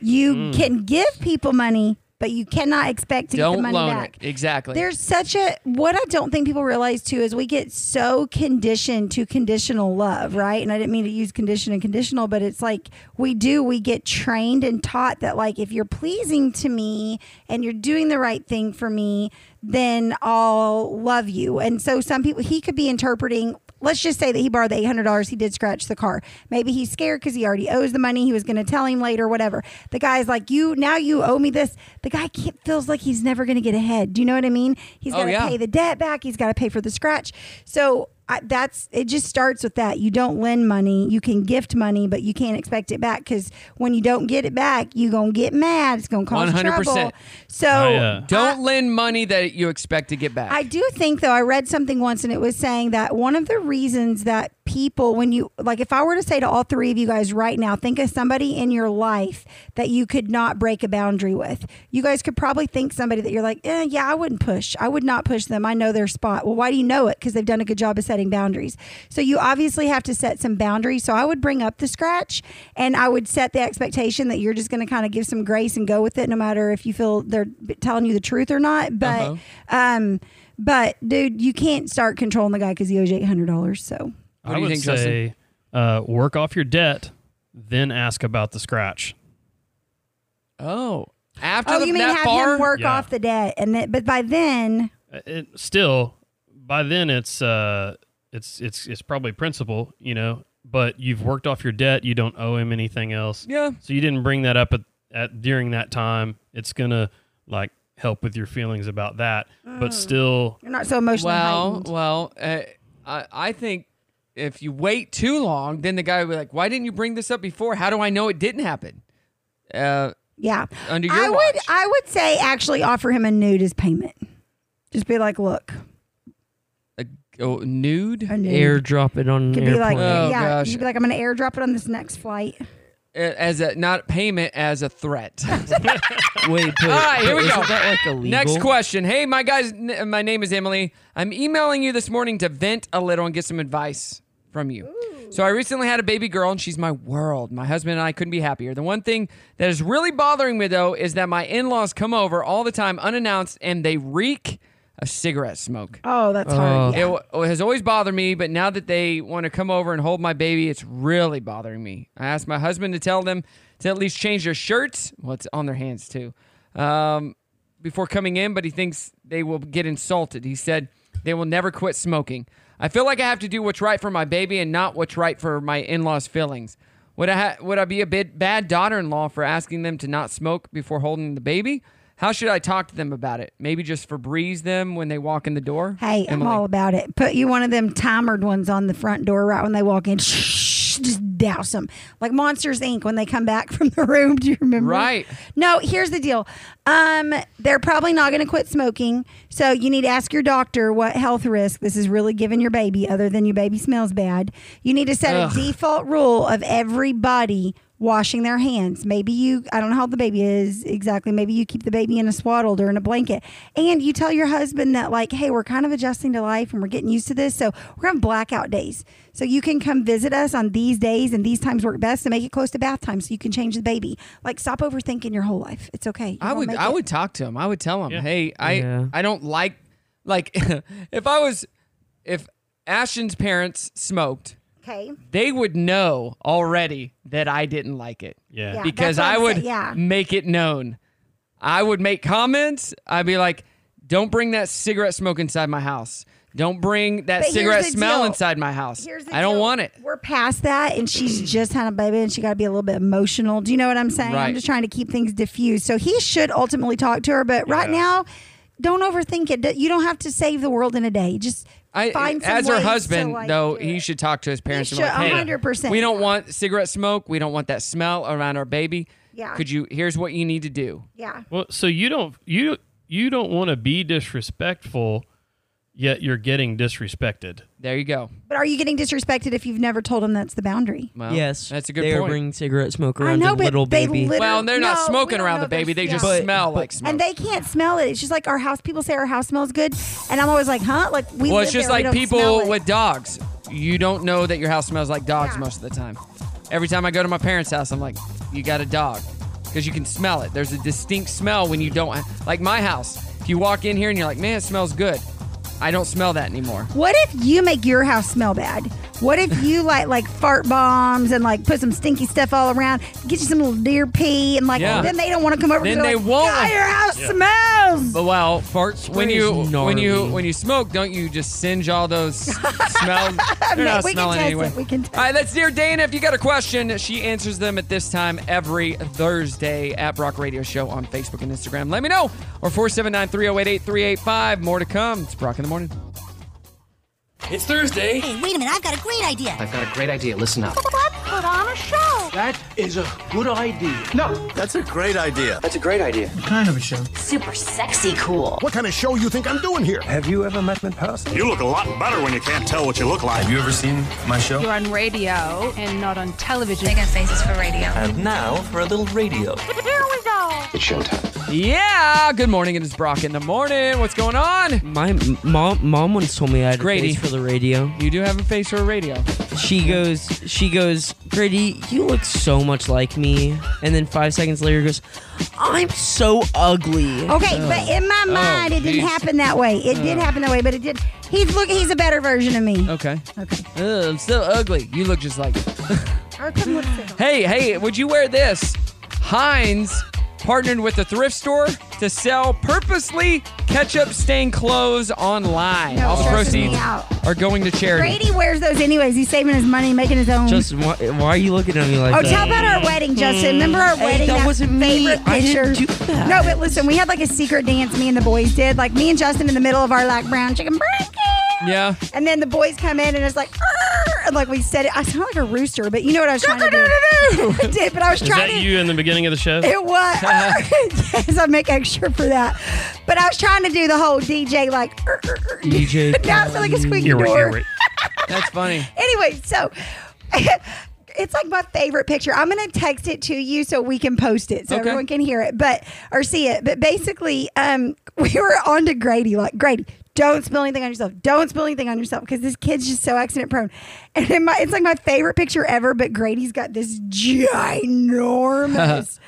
[SPEAKER 6] You
[SPEAKER 1] Mm.
[SPEAKER 6] can give people money, but you cannot expect to get the
[SPEAKER 1] Don't
[SPEAKER 6] money
[SPEAKER 1] loan
[SPEAKER 6] back.
[SPEAKER 1] it. Exactly.
[SPEAKER 6] There's such a what I don't think people realize too is we get so conditioned to conditional love, right? And I didn't mean to use condition and conditional, but it's like we do we get trained and taught that like if you're pleasing to me and you're doing the right thing for me, then I'll love you. And so some people he could be interpreting Let's just say that he borrowed the eight hundred dollars. He did scratch the car. Maybe he's scared because he already owes the money. He was going to tell him later, whatever. The guy's like, "You now you owe me this." The guy can't, feels like he's never going to get ahead. Do you know what I mean? He's
[SPEAKER 18] Oh,
[SPEAKER 6] got to
[SPEAKER 18] yeah.
[SPEAKER 6] pay the debt back. He's got to pay for the scratch. So I, that's it. Just starts with that. You don't lend money. You can gift money, but you can't expect it back because when you don't get it back, you gonna get mad. It's gonna cause
[SPEAKER 1] 100%.
[SPEAKER 6] trouble. So
[SPEAKER 1] don't lend money that you expect to get back.
[SPEAKER 6] I do think though I read something once and it was saying that one of the reasons that people when you like if I were to say to all three of you guys right now think of somebody in your life that you could not break a boundary with. You guys could probably think somebody that you're like, eh, "Yeah, I wouldn't push. I would not push them. I know their spot." Well, why do you know it? Cuz they've done a good job of setting boundaries. So you obviously have to set some boundaries. So I would bring up the scratch and I would set the expectation that you're just going to kind of give some grace and go with it no matter if you feel they're telling you the truth or not, but
[SPEAKER 1] Uh-huh.
[SPEAKER 6] um, but dude, you can't start controlling the guy because he owes you eight hundred dollars. So
[SPEAKER 1] What do you
[SPEAKER 7] I would
[SPEAKER 1] think, Justin?
[SPEAKER 7] say uh, work off your debt, then ask about the scratch.
[SPEAKER 1] Oh, after
[SPEAKER 6] oh,
[SPEAKER 1] the,
[SPEAKER 6] you mean
[SPEAKER 1] that
[SPEAKER 6] have
[SPEAKER 1] far,
[SPEAKER 6] him work
[SPEAKER 7] Yeah.
[SPEAKER 6] off the debt, and then but by then,
[SPEAKER 7] Uh, It, still, by then it's uh, it's it's it's probably principal, you know. But you've worked off your debt. You don't owe him anything else.
[SPEAKER 1] Yeah.
[SPEAKER 7] So you didn't bring that up at, at during that time. It's gonna like help with your feelings about that.
[SPEAKER 1] Mm.
[SPEAKER 7] But still,
[SPEAKER 6] you're not so emotionally
[SPEAKER 1] Well,
[SPEAKER 6] heightened.
[SPEAKER 1] well, uh, I, I think if you wait too long, then the guy will be like, "Why didn't you bring this up before? How do I know it didn't happen?" Uh,
[SPEAKER 6] yeah,
[SPEAKER 1] under your
[SPEAKER 6] I
[SPEAKER 1] watch.
[SPEAKER 6] would I would say actually offer him a nude as payment. Just be like, look,
[SPEAKER 1] Oh, nude?
[SPEAKER 6] nude.
[SPEAKER 8] Airdrop it on
[SPEAKER 6] could
[SPEAKER 8] an
[SPEAKER 6] be like,
[SPEAKER 8] airplane.
[SPEAKER 1] Oh,
[SPEAKER 6] yeah,
[SPEAKER 1] gosh.
[SPEAKER 6] you could be like, I'm gonna airdrop it on this next flight.
[SPEAKER 1] as a not payment as a threat.
[SPEAKER 8] Wait, but,
[SPEAKER 1] All right, here
[SPEAKER 8] but
[SPEAKER 1] we go.
[SPEAKER 8] isn't that like illegal?
[SPEAKER 1] Next question. Hey, my guys, n- uh, my name is Emily. I'm emailing you this morning to vent a little and get some advice from you. So I recently had a baby girl and she's my world. My husband and I couldn't be happier. The one thing that is really bothering me though is that my in-laws come over all the time unannounced and they reek of cigarette smoke.
[SPEAKER 6] Oh, that's hard.
[SPEAKER 1] It
[SPEAKER 6] Yeah.
[SPEAKER 1] w- It has always bothered me, but now that they want to come over and hold my baby, it's really bothering me. I asked my husband to tell them to at least change their shirts. Well, it's on their hands too. Um, before coming in, but he thinks they will get insulted. He said they will never quit smoking. I feel like I have to do what's right for my baby and not what's right for my in-laws' feelings. Would I ha- would I be a bit bad daughter-in-law for asking them to not smoke before holding the baby? How should I talk to them about it? Maybe just Febreze them when they walk in the door.
[SPEAKER 6] Hey, I'm all about it. Put you one of them timered ones on the front door right when they walk in. Just douse them like Monsters Inc. when they come back from the room. Do you remember?
[SPEAKER 1] Right.
[SPEAKER 6] No, here's the deal. Um, they're probably not going to quit smoking, so you need to ask your doctor what health risk this is really giving your baby, other than your baby smells bad. You need to set
[SPEAKER 18] Ugh.
[SPEAKER 6] a default rule of everybody washing their hands. Maybe you, I don't know how old the baby is exactly. Maybe you keep the baby in a swaddle or in a blanket, and you tell your husband that like, hey, we're kind of adjusting to life and we're getting used to this, so we're gonna have blackout days. So you can come visit us on these days and these times work best to make it close to bath time so you can change the baby. Like stop overthinking your whole life. It's okay. You
[SPEAKER 1] I
[SPEAKER 6] gonna
[SPEAKER 1] would
[SPEAKER 6] make
[SPEAKER 1] I
[SPEAKER 6] it.
[SPEAKER 1] would talk to him. I would tell him, "Hey, I
[SPEAKER 8] Yeah.
[SPEAKER 1] I don't like like if I was if Ashton's parents smoked,
[SPEAKER 6] Okay.
[SPEAKER 1] they would know already that I didn't like it.
[SPEAKER 7] Yeah. Yeah,
[SPEAKER 1] because
[SPEAKER 6] that's what
[SPEAKER 1] I
[SPEAKER 6] I'm
[SPEAKER 1] would
[SPEAKER 6] saying, yeah.
[SPEAKER 1] make it known. I would make comments. I'd be like, "Don't bring that cigarette smoke inside my house. Don't bring that
[SPEAKER 6] But here's
[SPEAKER 1] cigarette
[SPEAKER 6] the
[SPEAKER 1] smell
[SPEAKER 6] deal.
[SPEAKER 1] inside my house.
[SPEAKER 6] Here's the
[SPEAKER 1] I don't
[SPEAKER 6] deal.
[SPEAKER 1] want it."
[SPEAKER 6] We're past that, and she's just had a baby, and she got to be a little bit emotional. Do you know what I'm saying?
[SPEAKER 1] Right.
[SPEAKER 6] I'm just trying to keep things diffused. So he should ultimately talk to her, but right now, don't overthink it. You don't have to save the world in a day. Just
[SPEAKER 1] I,
[SPEAKER 6] find some
[SPEAKER 1] as her
[SPEAKER 6] ways to,
[SPEAKER 1] husband,
[SPEAKER 6] like-
[SPEAKER 1] though, he should talk to his parents. and be
[SPEAKER 6] should,
[SPEAKER 1] like, hey,
[SPEAKER 6] 100%.
[SPEAKER 1] We don't want cigarette smoke. We don't want that smell around our baby.
[SPEAKER 6] Yeah.
[SPEAKER 1] Could you? Here's what you need to do.
[SPEAKER 6] Yeah.
[SPEAKER 7] Well, so you don't you you don't want to be disrespectful, yet you're getting disrespected.
[SPEAKER 1] There you go.
[SPEAKER 6] But are you getting disrespected if you've never told them that's the boundary?
[SPEAKER 1] Well,
[SPEAKER 8] yes,
[SPEAKER 1] that's a good
[SPEAKER 8] they
[SPEAKER 1] point.
[SPEAKER 8] They bring cigarette smoke
[SPEAKER 6] I
[SPEAKER 8] around
[SPEAKER 6] know,
[SPEAKER 8] the
[SPEAKER 6] but
[SPEAKER 8] little
[SPEAKER 6] they
[SPEAKER 8] baby.
[SPEAKER 6] literally-
[SPEAKER 1] Well, they're not
[SPEAKER 6] No, we
[SPEAKER 1] smoking
[SPEAKER 6] don't
[SPEAKER 1] around
[SPEAKER 6] know
[SPEAKER 1] the
[SPEAKER 6] their
[SPEAKER 1] baby. They just
[SPEAKER 6] smell.
[SPEAKER 1] smell like smoke.
[SPEAKER 6] And they can't smell it. It's just like our house. People say our house smells good, and I'm always like, huh? Like we.
[SPEAKER 1] well,
[SPEAKER 6] live
[SPEAKER 1] it's just
[SPEAKER 6] there, we
[SPEAKER 1] like
[SPEAKER 6] don't smell
[SPEAKER 1] people
[SPEAKER 6] it.
[SPEAKER 1] with dogs. You don't know that your house smells like dogs most of the time. Every time I go to my parents' house, I'm like, you got a dog. Because you can smell it. There's a distinct smell when you don't. Like my house. If you walk in here and you're like, man, it smells good. I don't smell that anymore.
[SPEAKER 6] What if you make your house smell bad? What if you like like fart bombs and like put some stinky stuff all around? Get you some little deer pee and like
[SPEAKER 1] Yeah.
[SPEAKER 6] then they don't want to come over. 'cause
[SPEAKER 1] Then they
[SPEAKER 6] they're like,
[SPEAKER 1] won't.
[SPEAKER 6] God, your house
[SPEAKER 1] Yeah.
[SPEAKER 6] smells.
[SPEAKER 1] But well, farts when
[SPEAKER 8] spray
[SPEAKER 1] you
[SPEAKER 8] is
[SPEAKER 1] when you
[SPEAKER 8] gnarly.
[SPEAKER 1] when you smoke, don't you just singe all those smells? They're
[SPEAKER 6] Man,
[SPEAKER 1] not
[SPEAKER 6] we can
[SPEAKER 1] smelling
[SPEAKER 6] test
[SPEAKER 1] anyway.
[SPEAKER 6] it. We can test
[SPEAKER 1] all right, that's dear Dana. If you got a question, she answers them at this time every Thursday at Brock Radio Show on Facebook and Instagram. Let me know or 479-308-8385. More to come. It's Brock in the morning.
[SPEAKER 17] It's Thursday.
[SPEAKER 12] Hey, wait a minute. I've got a great idea.
[SPEAKER 17] I've got a great idea. Listen up.
[SPEAKER 12] Let's put on a show.
[SPEAKER 17] That is a good idea. No, that's a great idea. That's a great idea. What kind of a show?
[SPEAKER 12] Super sexy cool.
[SPEAKER 17] What kind of show you think I'm doing here? Have you ever met me in person? You look a lot better when you can't tell what you look like. Have you ever seen my show?
[SPEAKER 18] You're on radio and not on television. They got faces for radio.
[SPEAKER 17] And now for a little radio.
[SPEAKER 12] Here we go.
[SPEAKER 17] It's showtime.
[SPEAKER 1] Yeah. Good morning. It is Brock in the morning. What's going on?
[SPEAKER 8] My m- mom, mom once told me I had
[SPEAKER 1] Grady.
[SPEAKER 8] a face for the radio.
[SPEAKER 1] You do have a face for a radio.
[SPEAKER 8] She goes, she goes, Grady, you look so much like me. And then five seconds later goes, I'm so
[SPEAKER 1] Um,
[SPEAKER 8] ugly.
[SPEAKER 6] Okay, but in
[SPEAKER 1] Oh,
[SPEAKER 6] my mind, it didn't happen that way. It did
[SPEAKER 8] Oh.
[SPEAKER 6] happen that way, but it did. He's look. He's a better version of me.
[SPEAKER 1] Okay.
[SPEAKER 6] Okay.
[SPEAKER 1] Ugh, I'm still ugly. You look just like it.
[SPEAKER 6] I couldn't look at it.
[SPEAKER 1] Hey, hey, would you wear this? Heinz partnered with a thrift store to sell purposely ketchup stained clothes online.
[SPEAKER 6] No,
[SPEAKER 1] All the
[SPEAKER 6] it stresses me
[SPEAKER 1] proceeds
[SPEAKER 6] out.
[SPEAKER 1] are going to charity.
[SPEAKER 6] Brady wears those anyways. He's saving his money, making his own.
[SPEAKER 8] Justin, why, why are you looking at me like
[SPEAKER 6] oh,
[SPEAKER 8] that?
[SPEAKER 6] tell about our wedding, Justin. Remember our
[SPEAKER 8] Hmm. Hey,
[SPEAKER 6] wedding?
[SPEAKER 8] that wasn't me.
[SPEAKER 6] favorite
[SPEAKER 8] I
[SPEAKER 6] picture.
[SPEAKER 8] didn't
[SPEAKER 6] No, but listen, we had like a secret dance. Me and the boys did. Like me and Justin in the middle of our like brown chicken break.
[SPEAKER 1] Yeah.
[SPEAKER 6] And then the boys come in and it's like, "Arr!" and like we said it. I sound like a rooster, but you know what I was trying to do. I did, but I was
[SPEAKER 7] Is
[SPEAKER 6] trying to.
[SPEAKER 7] that you in the beginning of the show?
[SPEAKER 6] It was. yes, I make extra for that. But I was trying to do the whole DJ like. "Er, er, er."
[SPEAKER 8] DJ.
[SPEAKER 6] now it's like a squeaky
[SPEAKER 8] Earwig,
[SPEAKER 6] door.
[SPEAKER 8] earwig.
[SPEAKER 1] That's funny.
[SPEAKER 6] Anyway, so. It's like my favorite picture. I'm going to text it to you so we can post it so
[SPEAKER 19] Okay.
[SPEAKER 6] everyone can hear it, but or see it. But basically, um, we were on to Grady like Grady, don't spill anything on yourself. Don't spill anything on yourself because this kid's just so accident prone. And then my, it's like my favorite picture ever. But Grady's got this ginormous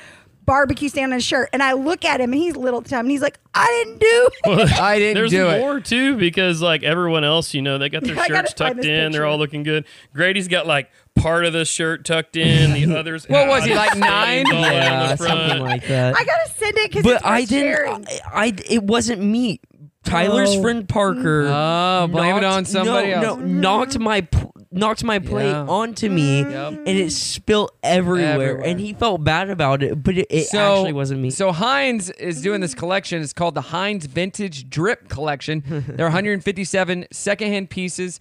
[SPEAKER 6] barbecue stand on his shirt. And I look at him and he's little at the time and he's like, I didn't do
[SPEAKER 7] Well,
[SPEAKER 6] it.
[SPEAKER 7] There's more too because like everyone else, you know, they got their
[SPEAKER 6] I gotta
[SPEAKER 7] shirts
[SPEAKER 6] find
[SPEAKER 7] tucked in.
[SPEAKER 6] this
[SPEAKER 7] They're all looking good. Grady's got like part of the shirt tucked in. The others.
[SPEAKER 1] What was he, like
[SPEAKER 7] stains
[SPEAKER 1] nine?
[SPEAKER 7] all down
[SPEAKER 8] Yeah,
[SPEAKER 7] the front.
[SPEAKER 8] something like that.
[SPEAKER 6] I gotta send it because
[SPEAKER 8] but I didn't. uh, I, I- it wasn't me. Tyler's
[SPEAKER 1] Oh.
[SPEAKER 8] friend Parker. Oh,
[SPEAKER 1] blame it on somebody
[SPEAKER 8] no,
[SPEAKER 1] else.
[SPEAKER 8] No, knocked my pl- knocked my plate
[SPEAKER 1] Yeah.
[SPEAKER 8] onto me, and it spilled everywhere,
[SPEAKER 1] Everywhere.
[SPEAKER 8] And he felt bad about it, but it, it
[SPEAKER 1] so,
[SPEAKER 8] actually wasn't me.
[SPEAKER 1] So Heinz is doing this collection. It's called the Heinz Vintage Drip Collection. There are 157 secondhand pieces,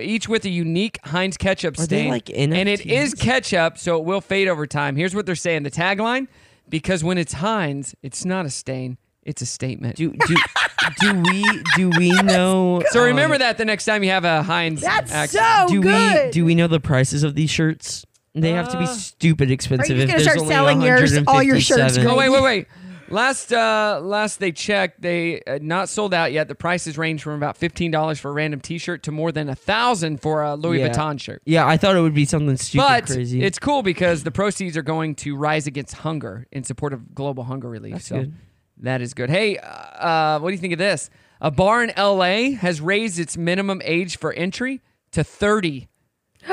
[SPEAKER 1] each with a unique Heinz ketchup
[SPEAKER 8] Are they
[SPEAKER 1] stain.
[SPEAKER 8] like
[SPEAKER 1] and it is ketchup, so it will fade over time. Here's what they're saying: the tagline, because when it's Heinz, it's not a stain, it's a statement.
[SPEAKER 8] Do do do we do we know?
[SPEAKER 1] So
[SPEAKER 8] um,
[SPEAKER 1] remember that the next time you have a Heinz.
[SPEAKER 6] That's
[SPEAKER 1] accent.
[SPEAKER 6] so
[SPEAKER 8] do
[SPEAKER 6] good.
[SPEAKER 8] we do we know the prices of these shirts? They have to be
[SPEAKER 1] Uh,
[SPEAKER 8] stupid expensive.
[SPEAKER 1] just
[SPEAKER 8] if
[SPEAKER 1] gonna
[SPEAKER 8] there's
[SPEAKER 1] start
[SPEAKER 8] only
[SPEAKER 1] selling yours- all your
[SPEAKER 6] shirts,
[SPEAKER 8] 157.
[SPEAKER 1] Oh wait, wait, wait. Last uh, last they checked, they uh, not sold out yet. The prices range from about fifteen dollars for a random T-shirt to more than a thousand for a Louis
[SPEAKER 8] Yeah.
[SPEAKER 1] Vuitton shirt.
[SPEAKER 8] Yeah, I thought it would be something stupid
[SPEAKER 1] but
[SPEAKER 8] crazy.
[SPEAKER 1] it's cool because the proceeds are going to Rise Against Hunger in support of global hunger relief.
[SPEAKER 8] That's
[SPEAKER 1] so
[SPEAKER 8] good.
[SPEAKER 1] that is good. Hey, uh, uh, what do you think of this? A bar in L.A. has raised its minimum age for entry to thirty.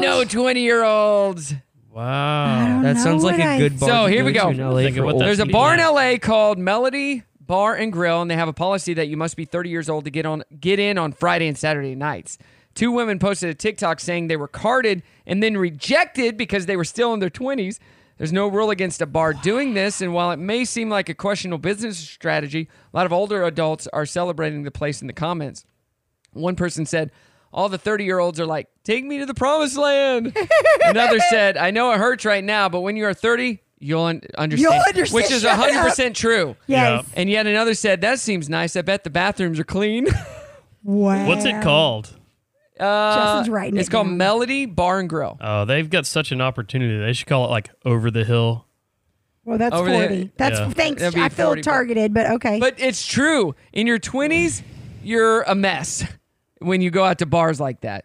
[SPEAKER 1] No twenty-year-olds.
[SPEAKER 6] Oh,
[SPEAKER 7] Wow,
[SPEAKER 8] that sounds like a good bar.
[SPEAKER 1] So
[SPEAKER 8] to
[SPEAKER 1] here we go.
[SPEAKER 8] to in LA for old
[SPEAKER 1] There's a
[SPEAKER 8] people.
[SPEAKER 1] bar in LA called Melody Bar and Grill, and they have a policy that you must be 30 years old to get on get in on Friday and Saturday nights. Two women posted a TikTok saying they were carded and then rejected because they were still in their 20s. There's no rule against a bar doing this, and while it may seem like a questionable business strategy, a lot of older adults are celebrating the place in the comments. One person said, all the 30 year olds are like, take me to the promised land. Another said, I know it hurts right now, but when you are 30, you'll un- understand.
[SPEAKER 5] You'll understand.
[SPEAKER 1] Which is
[SPEAKER 5] Shut
[SPEAKER 1] 100% true.
[SPEAKER 5] Yes.
[SPEAKER 1] And yet another said, that seems nice. I bet the bathrooms are clean.
[SPEAKER 6] Wow.
[SPEAKER 7] What's it called?
[SPEAKER 1] Uh,
[SPEAKER 6] Justin's writing
[SPEAKER 1] It's
[SPEAKER 6] it
[SPEAKER 1] called
[SPEAKER 6] down.
[SPEAKER 1] Melody Bar and Grill.
[SPEAKER 7] Oh, they've got such an opportunity. They should call it like over the hill.
[SPEAKER 6] Well, that's
[SPEAKER 1] Over there.
[SPEAKER 6] 40. That's
[SPEAKER 7] Yeah.
[SPEAKER 6] thanks.
[SPEAKER 1] That'd be
[SPEAKER 6] I feel
[SPEAKER 1] 40, but-
[SPEAKER 6] targeted, but okay.
[SPEAKER 1] But it's true. In your 20s, you're a mess when you go out to bars like that.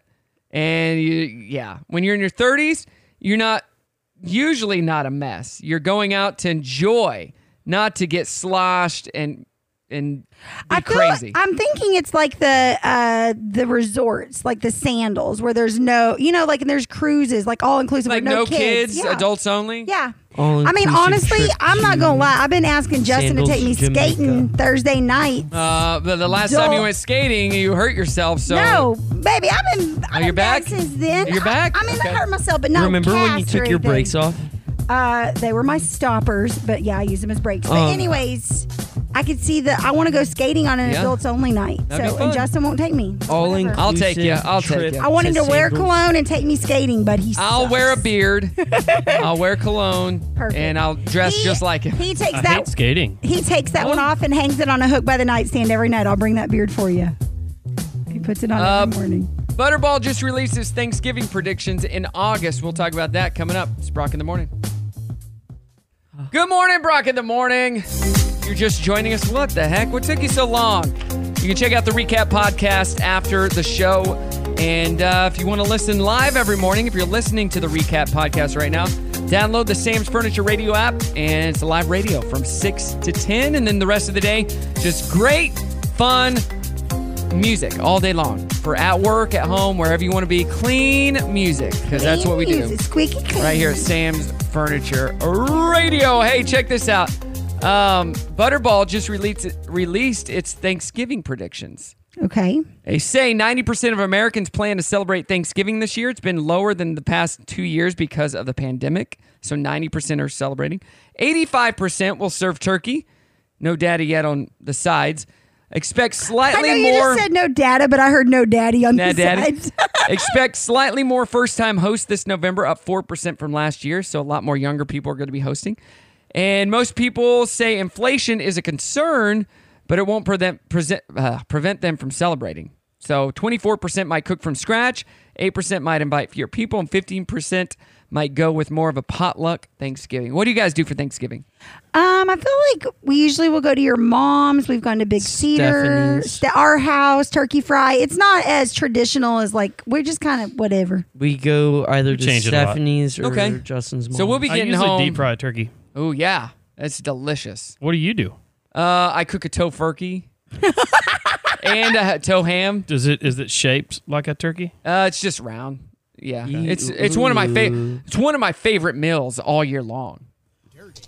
[SPEAKER 1] And you, yeah, when you're in your 30s, you're not usually not a mess. You're going out to enjoy, not to get sloshed and and be
[SPEAKER 6] I feel-
[SPEAKER 1] crazy.
[SPEAKER 6] I'm thinking it's like the uh the resorts, like the sandals, where there's no, you know, like and there's cruises, like all inclusive,
[SPEAKER 1] like
[SPEAKER 6] with
[SPEAKER 1] no,
[SPEAKER 6] no
[SPEAKER 1] kids,
[SPEAKER 6] yeah.
[SPEAKER 1] adults only.
[SPEAKER 6] Yeah. I mean, honestly, I'm not gonna lie. I've been asking Justin
[SPEAKER 1] Sandals,
[SPEAKER 6] to take me
[SPEAKER 1] Jamaica.
[SPEAKER 6] skating Thursday night.
[SPEAKER 1] Uh, but the last time you went skating, you hurt yourself. So
[SPEAKER 6] no, baby, I've been. I've
[SPEAKER 1] Are you
[SPEAKER 6] been bad
[SPEAKER 1] back?
[SPEAKER 6] since then.
[SPEAKER 1] You're back?
[SPEAKER 6] I, I mean,
[SPEAKER 1] Okay.
[SPEAKER 6] I hurt myself,
[SPEAKER 1] Oh,
[SPEAKER 6] but not
[SPEAKER 8] Remember when you
[SPEAKER 6] cast
[SPEAKER 8] took
[SPEAKER 6] or
[SPEAKER 8] your
[SPEAKER 6] anything.
[SPEAKER 8] brakes off?
[SPEAKER 6] Uh, they were my stoppers, but yeah, I use them as brakes. But
[SPEAKER 8] Um.
[SPEAKER 6] anyways, I could see that I want to go skating on an
[SPEAKER 8] Yeah.
[SPEAKER 6] adults only night.
[SPEAKER 8] That'd be
[SPEAKER 6] so and
[SPEAKER 8] fun.
[SPEAKER 6] Justin won't take me.
[SPEAKER 1] Oh,
[SPEAKER 8] All
[SPEAKER 6] Whatever.
[SPEAKER 8] inclusive.
[SPEAKER 1] I'll take ya. I'll take
[SPEAKER 8] trip
[SPEAKER 1] ya.
[SPEAKER 6] I want him to wear
[SPEAKER 8] sandals.
[SPEAKER 6] cologne and take me skating, but he's.
[SPEAKER 1] I'll wear a beard. I'll wear cologne,
[SPEAKER 6] Perfect.
[SPEAKER 1] and I'll dress just like him.
[SPEAKER 6] he takes I that- hate
[SPEAKER 7] skating.
[SPEAKER 6] He takes that one off and hangs it on a hook by the nightstand every night. I'll bring that beard for you. He puts it on
[SPEAKER 1] Um,
[SPEAKER 6] every morning.
[SPEAKER 1] Butterball just released his Thanksgiving predictions in August. We'll talk about that coming up. It's Brock in the morning. Good morning, Brock in the morning. You're just joining us. What the heck? What took you so long? You can check out the recap podcast after the show. And uh, if you want to listen live every morning, if you're listening to the recap podcast right now, download the Sam's Furniture Radio app, and it's live radio from 6 to 10. And then the rest of the day, just great, fun, music all day long for at work, at home, wherever you want to be. Clean music because that's what we do.
[SPEAKER 6] Music, Squeaky clean.
[SPEAKER 1] Right here at Sam's Furniture Radio. Hey, check this out. Um, Butterball just released released its Thanksgiving predictions.
[SPEAKER 6] Okay.
[SPEAKER 1] They say 90% of Americans plan to celebrate Thanksgiving this year. It's been lower than the past two years because of the pandemic. So 90% are celebrating. 85% will serve turkey. No data yet on the sides. Expect
[SPEAKER 6] I
[SPEAKER 1] slightly
[SPEAKER 6] know you
[SPEAKER 1] more.
[SPEAKER 6] just said no data, but I heard no daddy on
[SPEAKER 1] Nah,
[SPEAKER 6] the
[SPEAKER 1] daddy.
[SPEAKER 6] side.
[SPEAKER 1] Expect slightly more first time hosts this November, up 4% from last year. So a lot more younger people are going to be hosting. And most people say inflation is a concern, but it won't prevent, present, uh, prevent them from celebrating. So 24% might cook from scratch, 8% might invite fewer people, and 15% might go with more of a potluck Thanksgiving. What do you guys do for Thanksgiving?
[SPEAKER 6] Um, I feel like we usually will go to your mom's. We've gone to Big Cedar,
[SPEAKER 8] Stephanie's.
[SPEAKER 6] Ste- our house, turkey fry. It's not as traditional as like we're just kind of whatever.
[SPEAKER 8] We go either to
[SPEAKER 7] Change it a lot.
[SPEAKER 8] Stephanie's or
[SPEAKER 1] Okay.
[SPEAKER 8] Justin's mom.
[SPEAKER 1] So we'll be
[SPEAKER 7] I
[SPEAKER 1] getting
[SPEAKER 7] usually
[SPEAKER 1] home.
[SPEAKER 7] deep fry a turkey.
[SPEAKER 1] Oh, yeah. That's delicious.
[SPEAKER 7] What do you do?
[SPEAKER 1] Uh, I cook a tofurkey and a toe ham.
[SPEAKER 7] Does it is it shaped like a turkey?
[SPEAKER 1] Uh, it's just round. Yeah,
[SPEAKER 7] Yeah.
[SPEAKER 1] it's it's one of my
[SPEAKER 7] Ooh.
[SPEAKER 1] favorite. It's one of my favorite meals all year long.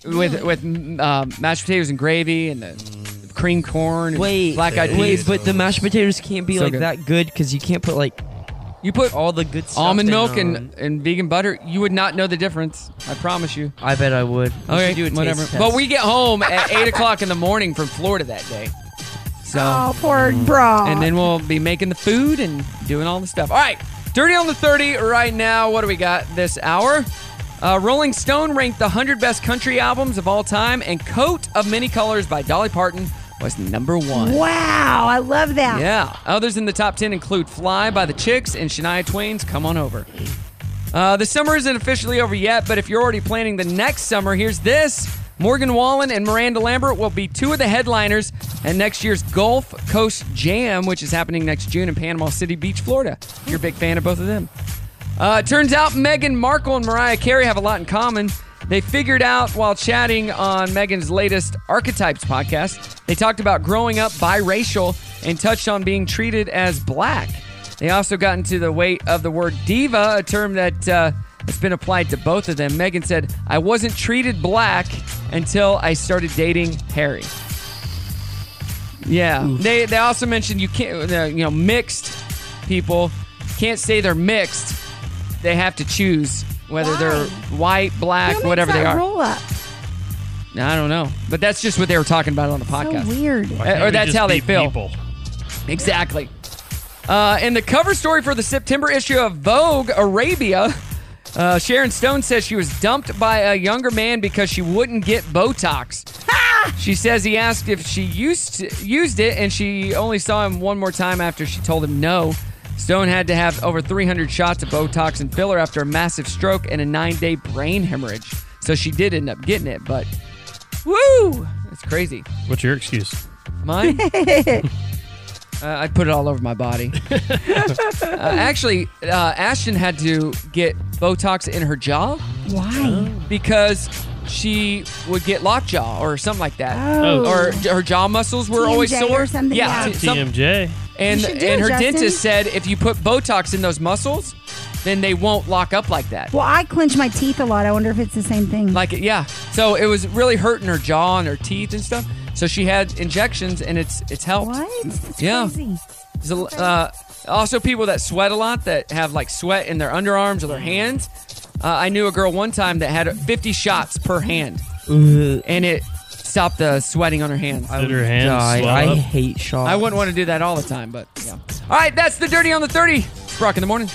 [SPEAKER 1] With with mm, uh, mashed potatoes and gravy and the cream corn. And
[SPEAKER 8] Wait,
[SPEAKER 1] black eyed
[SPEAKER 8] wait,
[SPEAKER 1] peas.
[SPEAKER 8] but the mashed potatoes can't be
[SPEAKER 1] So
[SPEAKER 8] like
[SPEAKER 1] good.
[SPEAKER 8] that good because you can't put like
[SPEAKER 1] you put
[SPEAKER 8] all the good stuff
[SPEAKER 1] almond
[SPEAKER 8] in um,
[SPEAKER 1] milk
[SPEAKER 8] on.
[SPEAKER 1] and, and vegan butter. You would not know the difference. I promise you.
[SPEAKER 8] I bet I would. We
[SPEAKER 1] Okay,
[SPEAKER 8] should do a taste
[SPEAKER 1] whatever.
[SPEAKER 8] test.
[SPEAKER 1] But we get home at eight o'clock in the morning from Florida that day. So
[SPEAKER 6] Oh, poor bro.
[SPEAKER 1] and then we'll be making the food and doing all the stuff. All right, Dirty on the 30 right now. What do we got this hour? Uh, Rolling Stone ranked the 100 best country albums of all time, and Coat of Many Colors by Dolly Parton was number one.
[SPEAKER 6] wow, I love that.
[SPEAKER 1] Yeah. Others in the top 10 include Fly by the Chicks and Shania Twain's Come On Over. Uh, the summer isn't officially over yet, but if you're already planning the next summer, here's this Morgan Wallen and Miranda Lambert will be two of the headliners at next year's Gulf Coast Jam, which is happening next June in Panama City Beach, Florida. You're a big fan of both of them. Uh, turns out Meghan Markle and Mariah Carey have a lot in common. They figured out while chatting on Meghan's latest Archetypes podcast, they talked about growing up biracial and touched on being treated as black. They also got into the weight of the word diva, a term that uh, has been applied to both of them. Meghan said, I wasn't treated black until I started dating Harry. Yeah, they they also mentioned you can't uh, you know mixed people can't say they're mixed. They have to choose whether they're white, black,
[SPEAKER 6] Who makes
[SPEAKER 1] whatever they
[SPEAKER 6] that
[SPEAKER 1] are.
[SPEAKER 6] Roll up.
[SPEAKER 1] I don't know, but that's just what they were talking about on the podcast.
[SPEAKER 6] weird.
[SPEAKER 1] Uh, or that's how they feel. Exactly. Uh, in the cover story for the September issue of Vogue Arabia, uh, Sharon Stone says she was dumped by a younger man because she wouldn't get Botox. She says he asked if she used used it, and she only saw him one more time after she told him no. Stone had to have over 300 shots of Botox and filler after a massive stroke and a nine-day brain hemorrhage. So she did end up getting it, but woo, that's crazy.
[SPEAKER 7] What's your excuse?
[SPEAKER 1] Mine? uh, I put it all over my body. uh, actually, uh, Ashton had to get Botox in her jaw.
[SPEAKER 6] Why?
[SPEAKER 1] Because she would get lockjaw or something like that.
[SPEAKER 7] Oh.
[SPEAKER 1] Or j- her jaw muscles were always
[SPEAKER 7] TMJ
[SPEAKER 1] sore.
[SPEAKER 7] or something, yeah.
[SPEAKER 1] t- some-
[SPEAKER 7] TMJ.
[SPEAKER 1] And,
[SPEAKER 7] You should do
[SPEAKER 1] and
[SPEAKER 7] it,
[SPEAKER 1] her
[SPEAKER 7] Justin.
[SPEAKER 1] dentist said if you put Botox in those muscles, then they won't lock up like that.
[SPEAKER 6] Well, I clench my teeth a lot. I wonder if it's the same thing.
[SPEAKER 1] Like it, yeah. So it was really hurting her jaw and her teeth and stuff. So she had injections, and it's it's helped.
[SPEAKER 6] What?
[SPEAKER 1] yeah.
[SPEAKER 6] crazy.
[SPEAKER 1] There's a l- uh, also, people that sweat a lot that have like sweat in their underarms or their hands. Uh, I knew a girl one time that had 50 shots per hand, and it stopped the sweating on her hand.
[SPEAKER 7] Did her hands
[SPEAKER 8] die.
[SPEAKER 7] swell
[SPEAKER 8] I
[SPEAKER 7] up?
[SPEAKER 8] hate shots.
[SPEAKER 1] Oh, I wouldn't want to do that all the time, but yeah. All right, that's the dirty on the 30. Brock in the morning.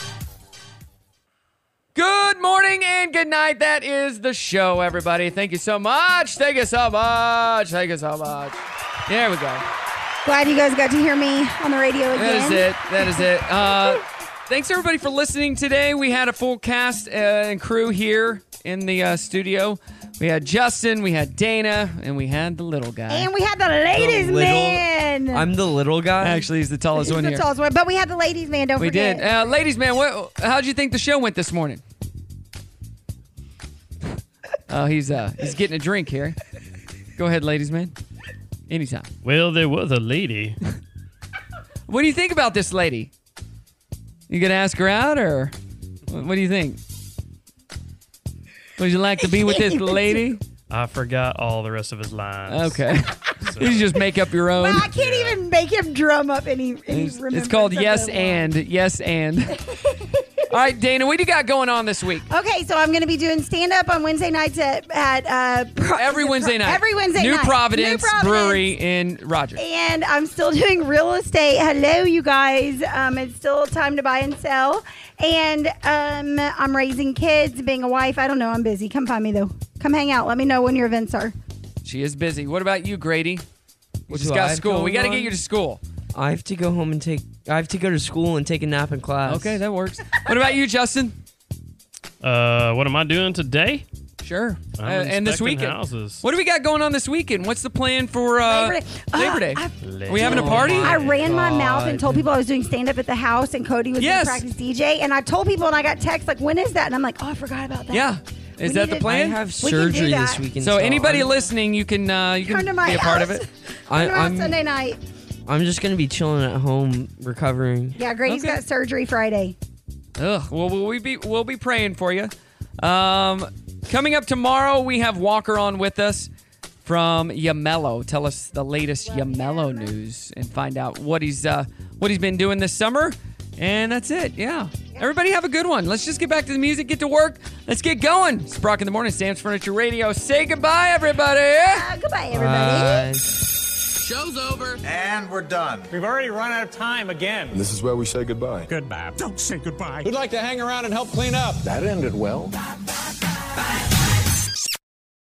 [SPEAKER 1] Good morning and good night. That is the show, everybody. Thank you so much. Thank you so much. Thank you so much. There we go.
[SPEAKER 6] Glad you guys got to hear me on the radio again.
[SPEAKER 1] That is it. That is it. Uh, thanks everybody for listening today. We had a full cast uh, and crew here in the uh, studio. We had Justin, we had Dana, and we had the little guy.
[SPEAKER 6] And we had the ladies'
[SPEAKER 1] little-
[SPEAKER 6] man.
[SPEAKER 1] the little guy. Actually, he's the tallest
[SPEAKER 6] He's
[SPEAKER 1] one
[SPEAKER 6] the
[SPEAKER 1] here.
[SPEAKER 6] tallest one, but we had the ladies' man. Don't
[SPEAKER 1] we
[SPEAKER 6] forget.
[SPEAKER 1] did, uh, ladies, man. What? How'd you think the show went this morning? Oh, he's uh, he's getting a drink here. Go ahead, ladies, man. Anytime.
[SPEAKER 7] Well, there was a lady.
[SPEAKER 1] What do you think about this lady? You gonna ask her out, or what what do you think? Would you like to be with this lady?
[SPEAKER 7] I forgot all the rest of his lines.
[SPEAKER 1] Okay. you just make up your own.
[SPEAKER 6] Well, I can't even make him drum up any. any
[SPEAKER 1] It's, it's called yes and yes and. All right, Dana, what do you got going on this week?
[SPEAKER 6] Okay, so I'm going to be doing stand up on Wednesday nights at at uh, Pro-
[SPEAKER 1] Every Wednesday night.
[SPEAKER 6] Every Wednesday
[SPEAKER 1] New
[SPEAKER 6] night.
[SPEAKER 1] Providence,
[SPEAKER 6] New Providence.
[SPEAKER 1] Brewery in Roger.
[SPEAKER 6] And I'm still doing real estate. Hello, you guys. Um, it's still time to buy and sell. And um, I'm raising kids, being a wife. I don't know. I'm busy. Come find me though. Come hang out. Let me know when your events are.
[SPEAKER 1] She is busy. What about you, Grady? We
[SPEAKER 8] What
[SPEAKER 1] just
[SPEAKER 8] do I
[SPEAKER 1] got
[SPEAKER 8] have
[SPEAKER 1] school. We
[SPEAKER 8] going
[SPEAKER 1] got to get
[SPEAKER 8] on?
[SPEAKER 1] you to school.
[SPEAKER 8] I have to go home and take. I have to go to school and take a nap in class.
[SPEAKER 1] Okay, that works. what about you, Justin?
[SPEAKER 7] Uh, what am I doing today?
[SPEAKER 1] Sure.
[SPEAKER 7] I'm
[SPEAKER 1] Uh, and this
[SPEAKER 7] inspecting
[SPEAKER 1] weekend.
[SPEAKER 7] houses.
[SPEAKER 1] What do we got going on this weekend? What's the plan for uh,
[SPEAKER 6] Labor
[SPEAKER 1] Labor
[SPEAKER 6] Day.
[SPEAKER 1] Day?
[SPEAKER 6] Oh,
[SPEAKER 1] Are we having a party?
[SPEAKER 6] I ran my mouth and told people I was doing stand up at the house, and Cody was
[SPEAKER 1] Yes.
[SPEAKER 6] going to practice DJ. And I told people, and I got texts like, "When is that?" And I'm like, "Oh, I forgot about that."
[SPEAKER 1] Yeah. Is
[SPEAKER 6] We
[SPEAKER 1] that
[SPEAKER 6] need
[SPEAKER 1] the
[SPEAKER 6] to-
[SPEAKER 1] plan?
[SPEAKER 6] I have We can do surgery this that. weekend,
[SPEAKER 1] So
[SPEAKER 6] so
[SPEAKER 1] anybody
[SPEAKER 6] I'm-
[SPEAKER 1] listening, you can uh, you
[SPEAKER 6] Come
[SPEAKER 1] can
[SPEAKER 6] to my
[SPEAKER 1] be a part of
[SPEAKER 6] house.
[SPEAKER 1] it.
[SPEAKER 8] I,
[SPEAKER 6] We're on
[SPEAKER 8] I'm.
[SPEAKER 6] Sunday night.
[SPEAKER 8] I'm just gonna be chilling at home recovering.
[SPEAKER 6] Yeah, Grady's got surgery Friday.
[SPEAKER 1] Ugh. Well, we'll we be we'll be praying for you. Um, coming up tomorrow, we have Walker on with us from Yamello. Tell us the latest Yamello news and find out what he's uh, what he's been doing this summer. And that's it. Yeah. Everybody have a good one. Let's just get back to the music, get to work. Let's get going. It's Brock in the morning, Sam's Furniture Radio. Say goodbye, everybody.
[SPEAKER 6] Uh, goodbye,
[SPEAKER 15] Bye.
[SPEAKER 1] Show's over.
[SPEAKER 19] And we're done. We've already run out of time again.
[SPEAKER 15] And this is where we say goodbye. Goodbye.
[SPEAKER 19] Don't say goodbye. We'd like to hang around and help clean up.
[SPEAKER 15] That ended well.